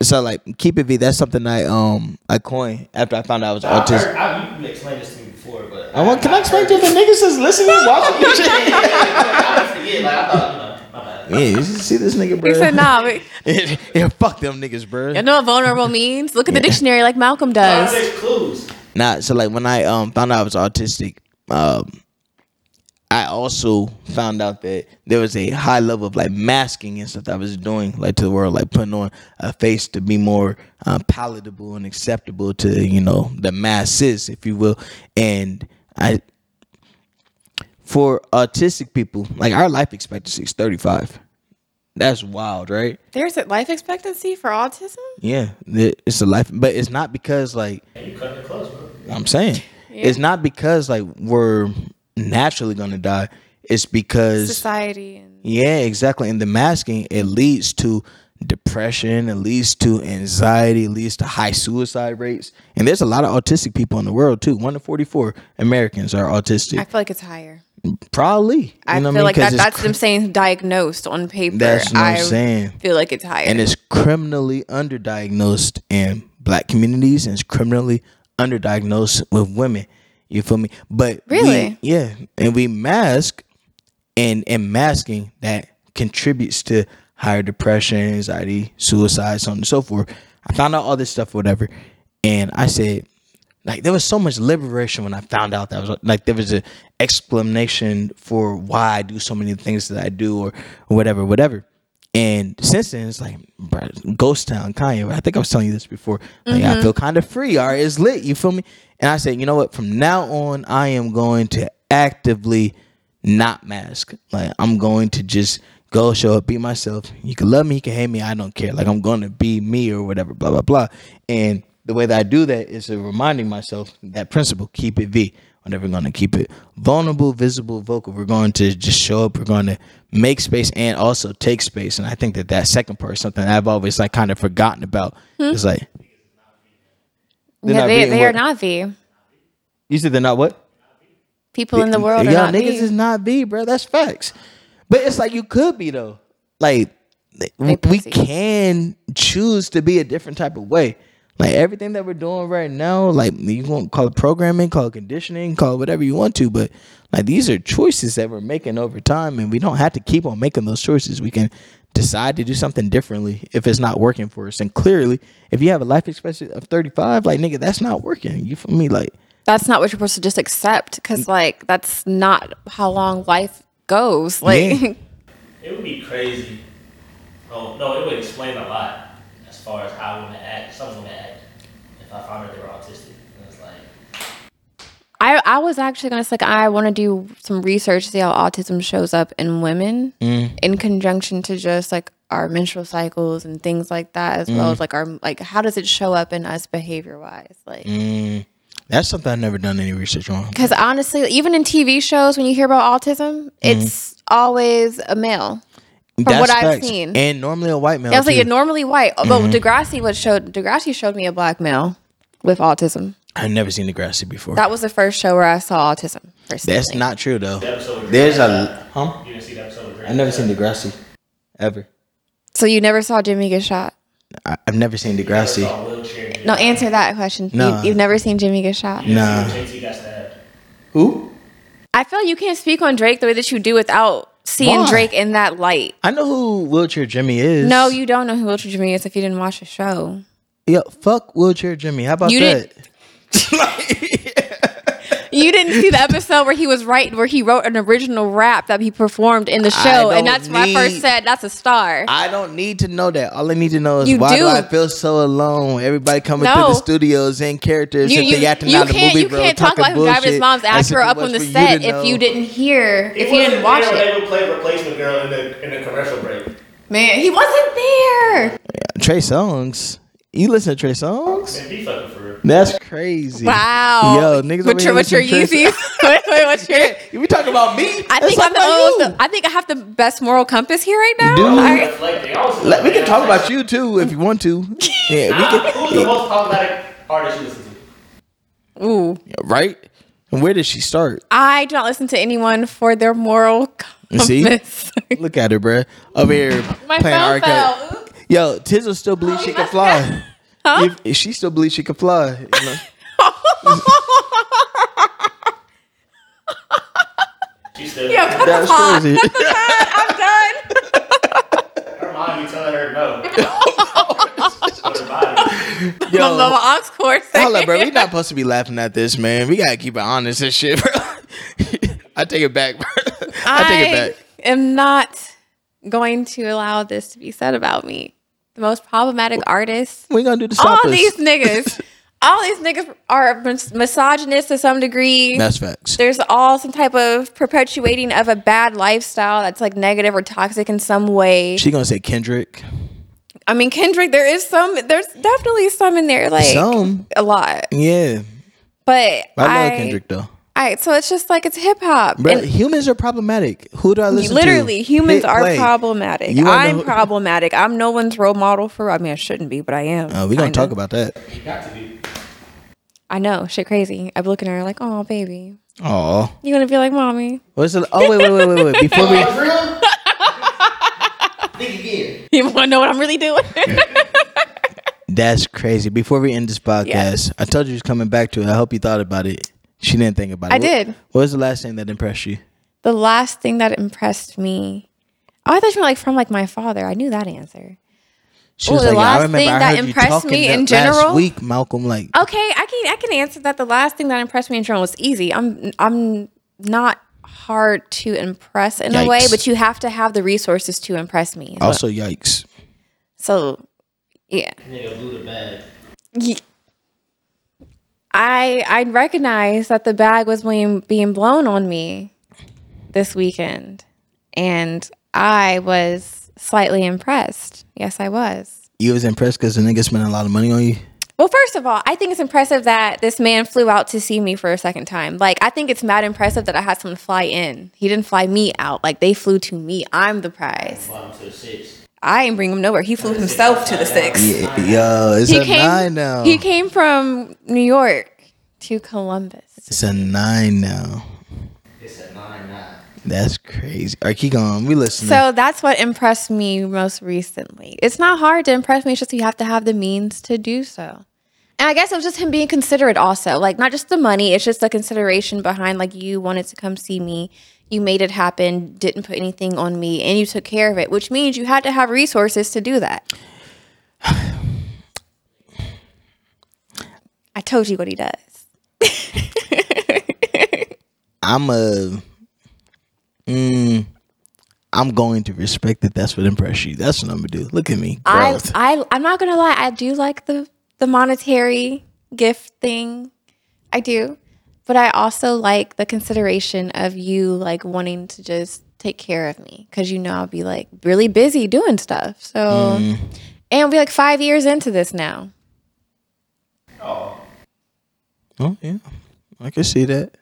A: So like keep it V, that's something I um I coined after I found out I was
F: I've
A: autistic.
F: heard, I, you explained this to me before, but
A: I want, can I explain to the niggas that's listening, watching this shit?
F: I forget. Like I thought, you know, my bad.
A: Yeah, you should see this nigga, bro.
B: He said, nah, we-
A: yeah, fuck them niggas, bro.
B: You know what vulnerable means? Look at the dictionary like Malcolm does.
F: Context clues.
A: Nah, so like when I um found out I was autistic, um, I also found out that there was a high level of like masking and stuff that I was doing like to the world, like putting on a face to be more uh, palatable and acceptable to you know the masses, if you will. And I, for autistic people, like our life expectancy is thirty five. That's wild, right?
B: There's a life expectancy for autism?
A: Yeah, th- it's a life, but it's not because like I'm saying it's not because like we're naturally gonna die. It's because
B: Society and
A: yeah, exactly. And the masking it leads to depression, it leads to anxiety, it leads to high suicide rates. And there's a lot of autistic people in the world too. One in forty four Americans are autistic.
B: I feel like it's higher.
A: Probably, you
B: I
A: know
B: feel
A: what I mean?
B: like
A: 'Cause
B: that,
A: it's
B: that's
A: cr-
B: them saying diagnosed on paper.
A: That's what I'm
B: I
A: saying.
B: feel like it's higher.
A: and it's criminally underdiagnosed in black communities and it's criminally underdiagnosed with women you feel me but we-
B: Really?
A: yeah and we mask and and masking that contributes to higher depression anxiety suicide so on and so forth i found out all this stuff whatever and i said like there was so much liberation when I found out that was like there was a explanation for why I do so many things that I do or, or whatever, whatever. And since then, it's like bro, Ghost Town, Kanye. I think I was telling you this before. Like I feel kind of free. All right, it's lit. You feel me? And I said, you know what? From now on, I am going to actively not mask. Like I'm going to just go show up, be myself. You can love me, you can hate me, I don't care. Like I'm gonna be me or whatever, blah blah blah. And the way that I do that is to reminding myself that principle, keep it V. We're never gonna keep it vulnerable, visible, vocal. We're going to just show up. We're going to make space and also take space. And I think that that second part is something I've always like kind of forgotten about. It's like they're
B: yeah,
A: not
B: they,
A: reading
B: they are
A: what-
B: not V.
A: you said they're not what
B: People in the world are
A: Y'all
B: not
A: niggas
B: V.
A: is not B, bro. That's facts. But it's like you could be though. Like th- we we
B: pussy.
A: can choose to be a different type of way. Like everything that we're doing right now, like you want to call it programming, call it conditioning, call it whatever you want to, but like these are choices that we're making over time, and we don't have to keep on making those choices. We can decide to do something differently if it's not working for us. And clearly, if you have a life expectancy of thirty five, like nigga, that's not working. You for me, like
B: That's not what you're supposed to just accept because, like, that's not how long life goes. Like,
A: Yeah.
F: It would be crazy. Oh no, it would explain a lot as far as how women act, some women act. If I found out they were autistic, and it's like
B: I, I was actually gonna say like I want to do some research see how autism shows up in women
A: Mm.
B: in conjunction to just like our menstrual cycles and things like that as
A: Mm.
B: well as like our like how does it show up in us behavior wise like
A: Mm. that's something I've never done any research on.
B: because
A: Mm.
B: honestly even in TV shows when you hear about autism it's always a male From
A: That's
B: what I've
A: facts.
B: seen.
A: And normally a white male.
B: I was like,
A: too.
B: you're normally white, but
A: Mm-hmm.
B: Degrassi what showed Degrassi showed me a black male with autism.
A: I've never seen Degrassi before.
B: That was the first show where I saw autism. Personally.
A: That's not true though.
F: episode of
A: There's a huh?
F: You didn't see the episode of
A: I've never seen Degrassi ever.
B: So you never saw Jimmy get shot?
A: I, I've never seen Degrassi.
F: Wheelchair.
B: No, answer that question.
A: Nah.
B: You, have never seen Jimmy get shot.
A: Nah.
F: JT got stabbed.
A: Who?
B: I feel you can't speak on Drake the way that you do without seeing
A: Why?
B: Drake in that light.
A: I know who Wheelchair Jimmy is.
B: No, you don't know who Ultra Jimmy is if you didn't watch the show.
A: Yeah, fuck Wheelchair Jimmy. How about
B: You
A: that?
B: didn't- You didn't see the episode where he was right where he wrote an original rap that he performed in the show,
A: don't
B: and that's why I
A: need-
B: first said that's a star.
A: I don't need to know that. All I need to know is
B: You
A: why do.
B: do.
A: I feel so alone? Everybody coming to
B: No.
A: the studios in characters
B: You,
A: and
B: you,
A: they
B: you
A: acting out the
B: can't
A: movie
B: you
A: bro,
B: can't talk
A: talking
B: like Guy's
A: bullshit
B: mom's
A: as
B: asked
A: if
B: her
A: it
B: up
A: was
B: on the
A: for you to
B: set if
A: know.
B: you didn't hear if
F: He
B: you didn't
F: wasn't
B: watch
F: there when
B: it.
F: They would play replacement girl in the in the commercial break.
B: Man, he wasn't there.
A: Trey Songs. You listen to Trey Songs?
F: And he fucking for real.
A: That's crazy.
B: Wow.
A: Yo, niggas over
B: What's
A: here
B: your, what's your
A: listening to Trey
B: Yeezys? wait, wait, what's your?
A: You be talking about me?
B: I
A: That's
B: think
A: not
B: I'm the
A: about
B: only
A: you.
B: one- I think I have the best moral compass here right now.
A: Dude.
B: All right.
F: Like they also.
A: Let- we can talk about you too if you want to. Yeah, we can.
F: Who's the most problematic artist you listen to?
B: Ooh,
A: Right? And where did she start?
B: I do not listen to anyone for their moral compass.
A: See? Look at her, bruh. Over here
B: My
A: playing
B: phone
A: arcade.
B: fell. Oops.
A: Yo, Tizzle still believes she can fly.
B: Huh?
A: If, if she still believes she can fly. you know.
F: She still.
B: Yo, cut the
A: That's
B: pot.
A: crazy.
B: I'm done.
F: Her mom be telling her no. But her body.
B: My
A: Yo,
B: mama ox course.
A: hold up, bro. We not supposed to be laughing at this, man. We gotta keep it honest and shit, bro. I take it back, bro. I, take it back.
B: am not going to allow this to be said about me. The most problematic artist.
A: We gonna do the
B: All
A: stoppers.
B: these niggas. all these niggas are mis- misogynist to some degree.
A: That's facts.
B: There's all some type of perpetuating of a bad lifestyle that's like negative or toxic in some way.
A: She gonna say Kendrick.
B: I mean, Kendrick, there is some, there's definitely some in there, like
A: Some.
B: a lot.
A: Yeah.
B: But
A: I love Kendrick though.
B: I so it's just like it's hip hop.
A: Bro,
B: And
A: humans are problematic. Who do I listen to?
B: literally, humans
A: Hit
B: are
A: play.
B: problematic.
A: You wanna
B: I'm
A: know-
B: problematic. I'm no one's role model for. I mean, I shouldn't be, but I am.
A: Uh, we gonna
B: kinda.
A: talk about that.
F: You got to be.
B: I know, shit, crazy. I'm looking at her like, oh, baby,
A: Oh,
B: you're gonna be like, mommy.
A: what's the? Oh wait, wait, wait, wait, wait. Before we,
F: For real? Think again.
B: You wanna know what I'm really doing?
A: that's crazy. Before we end this podcast, I told you she was coming back to it. I hope you thought about it. She didn't think about it.
B: I
A: What-
B: did.
A: What was the last thing that impressed you?
B: the last thing that impressed me. Oh, I thought you were like from like my father. I knew that answer.
A: She
B: Well, the last thing that
A: you
B: impressed
A: talking
B: me
A: that
B: in
A: last
B: general- Oh.
A: week, Malcolm. Like,
B: Okay, I can I can answer that. The last thing that impressed me in general was easy. I'm I'm not hard to impress in a way,
A: Yikes.
B: but you have to have the resources to impress me.
A: also yikes.
B: So, yeah.
F: Nigga blew the bag.
B: Ye- I I recognized that the bag was being being blown on me this weekend, and I was slightly impressed. Yes, I was.
A: You was impressed because the nigga spent a lot of money on you.
B: Well, first of all, I think it's impressive that this man flew out to see me for a second time. Like, I think it's mad impressive that I had someone fly in. He didn't fly me out. Like, they flew to me. I'm the prize.
F: Bottom to the six.
B: I ain't bring him nowhere. He flew himself to the six.
A: Yeah, yo, it's
B: He
A: a nine now.
B: He came from New York to Columbus.
A: it's a nine now.
F: It's at nine nine.
A: That's crazy. All right, keep going. We listening.
B: So that's what impressed me most recently. It's not hard to impress me, it's just you have to have the means to do so. And I guess it was just him being considerate also. Like not just the money, it's just the consideration behind like you wanted to come see me, you made it happen, didn't put anything on me, and you took care of it, which means you had to have resources to do that. I told you what he does.
A: I'm a. Mm, I'm going to respect that. That's what impressed you. That's what I'm gonna do. Look at me,
B: I,
A: growth.
B: I I'm not gonna lie, I do like the the monetary gift thing. I do. But I also like the consideration of you like wanting to just take care of me because you know I'll be like really busy doing stuff. So
A: Mm.
B: and we're like five years into this now.
A: oh yeah, I can see that.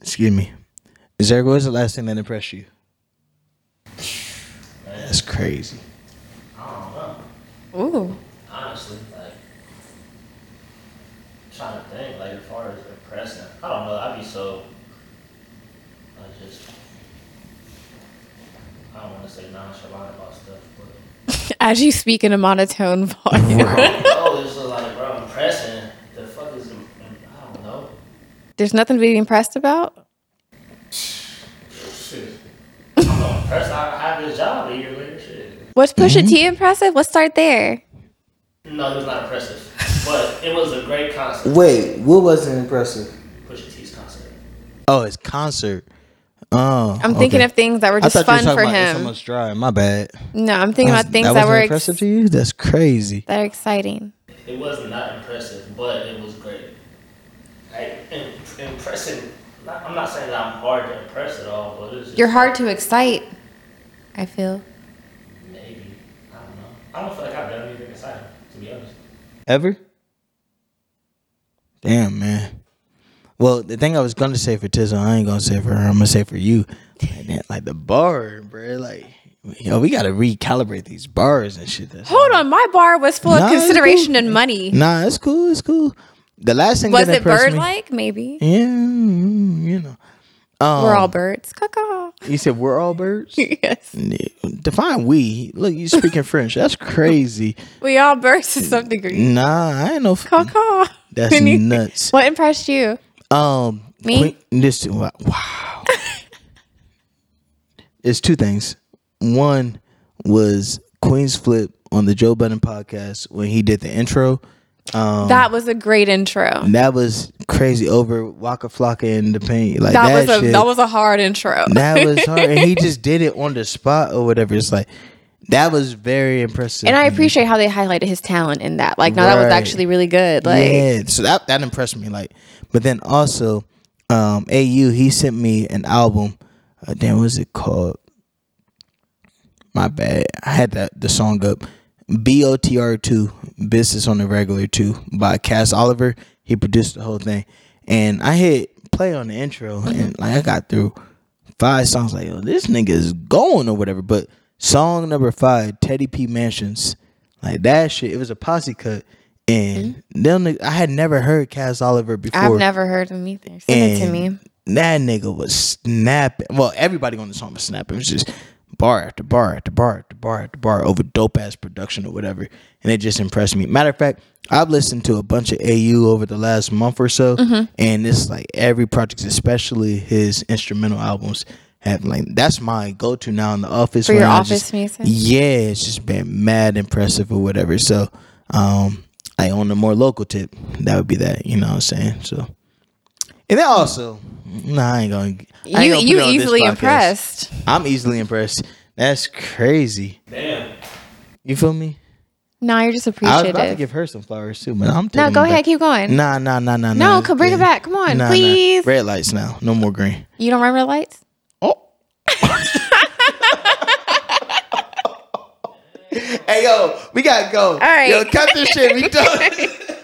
A: Excuse me. Zerg, what was the last thing that impressed you? crazy.
F: I don't know.
B: Ooh.
F: Honestly, like trying to think, like as far as impressing, I don't know. I'd be so. I just. I don't want to say nonchalant about stuff, but
B: As you speak in a monotone volume,
F: oh, it's just like bro, impressing. The fuck is im- im- I don't know.
B: there's nothing to be impressed about.
F: Shit. I'm not impressed. I I have this job a year later. Shit.
B: What's Pusha
A: Mm-hmm.
B: T impressive? Let's start there.
F: No, it was not impressive, but it was a great concert.
E: Wait, what wasn't impressive?
F: Pusha T's concert.
A: Oh, it's concert. Oh,
B: I'm thinking
A: okay.
B: of things that were just
A: I thought
B: fun
A: you were
B: for
A: talking about It's
B: him.
A: almost dry. My bad.
B: No, I'm thinking
A: That's-
B: about things
A: that,
B: that,
A: wasn't
B: were ex-
A: impressive to you. That's crazy.
B: that are exciting.
F: It was not impressive, but it was great. Like im- impressive. Not, I'm not saying that I'm hard to impress at all, but it's just
B: You're hard to excite. I feel.
F: maybe. I don't know. I don't feel like I've done anything exciting, to be honest.
A: Ever? Damn, man. Well, the thing I was gonna say for Tizzle, I ain't gonna say for her. I'm gonna say for you. Like, that, like the bar, bro. Like, yo, we gotta recalibrate these bars and shit. That's
B: Hold on, my bar was full
A: Nah,
B: of
A: it's
B: consideration and money.
A: Nah, it's cool. It's cool. The last thing
B: Was
A: that
B: it
A: impressed
B: bird
A: me-
B: like? Maybe.
A: Yeah, mm, you know. Um,
B: We're all birds. Caw-caw.
A: You said we're all birds.
B: yes.
A: Define we. Look, you speaking French. That's crazy.
B: We all birds to some degree.
A: Nah, I ain't no. F-
B: Caw caw.
A: that's nuts.
B: What impressed you?
A: Um,
B: Me?
A: Queen- this wow. wow. it's two things. One was Queen's flip on the Joe Budden podcast when he did the intro. Oh.
B: that was a great intro.
A: And that was crazy over Waka Flocka in the paint. Like
B: That,
A: that,
B: was a
A: shit.
B: that was a hard intro.
A: that was hard. and he just did it on the spot or whatever. It's like that was very impressive.
B: and I
A: to me.
B: appreciate how they highlighted his talent in that. Like, no, that was
A: Right.
B: actually really good. Like,
A: yeah, so that that impressed me. Like, but then also, um, AU he sent me an album. Uh, damn, what is it called? My bad. I had that the song up. B O T R two business on the regular two by Cass Oliver. He produced the whole thing, and I hit play on the intro, and like I got through five songs. Like, yo, this nigga is going or whatever. But song number five, Teddy P Mansions, like that shit. It was a posse cut, and them nigg- I had never heard Cass Oliver before.
B: I've never heard of him either. Send it to me.
A: And That nigga was snapping. Well, everybody on the song was snapping. It was just bar after bar after bar after bar after bar over dope ass production or whatever. And it just impressed me. Matter of fact, I've listened to a bunch of AU over the last month or so.
B: Mm-hmm.
A: And it's like every project, especially his instrumental albums, have like that's my go to now in the office.
B: For your
A: when I
B: office
A: just-
B: music?
A: Yeah, it's just been mad impressive or whatever. So um I own a more local tip. That would be that, you know what I'm saying? So and then also, nah, I ain't going. to
B: You you easily impressed.
A: I'm easily impressed. That's crazy.
F: Damn.
A: You feel me?
B: No, you're just
A: I was about to
B: appreciative.
A: give her some flowers too, but I'm
B: No,
A: taking
B: go
A: them
B: ahead,
A: back.
B: keep going.
A: Nah, nah, nah, nah,
B: No,
A: nah.
B: c- bring it
A: Yeah.
B: back. Come on,
A: Nah, nah.
B: please.
A: Red lights now. No more green.
B: You don't remember the lights?
A: Oh. hey yo, we gotta go.
B: right.
A: Yo, cut this shit. We done.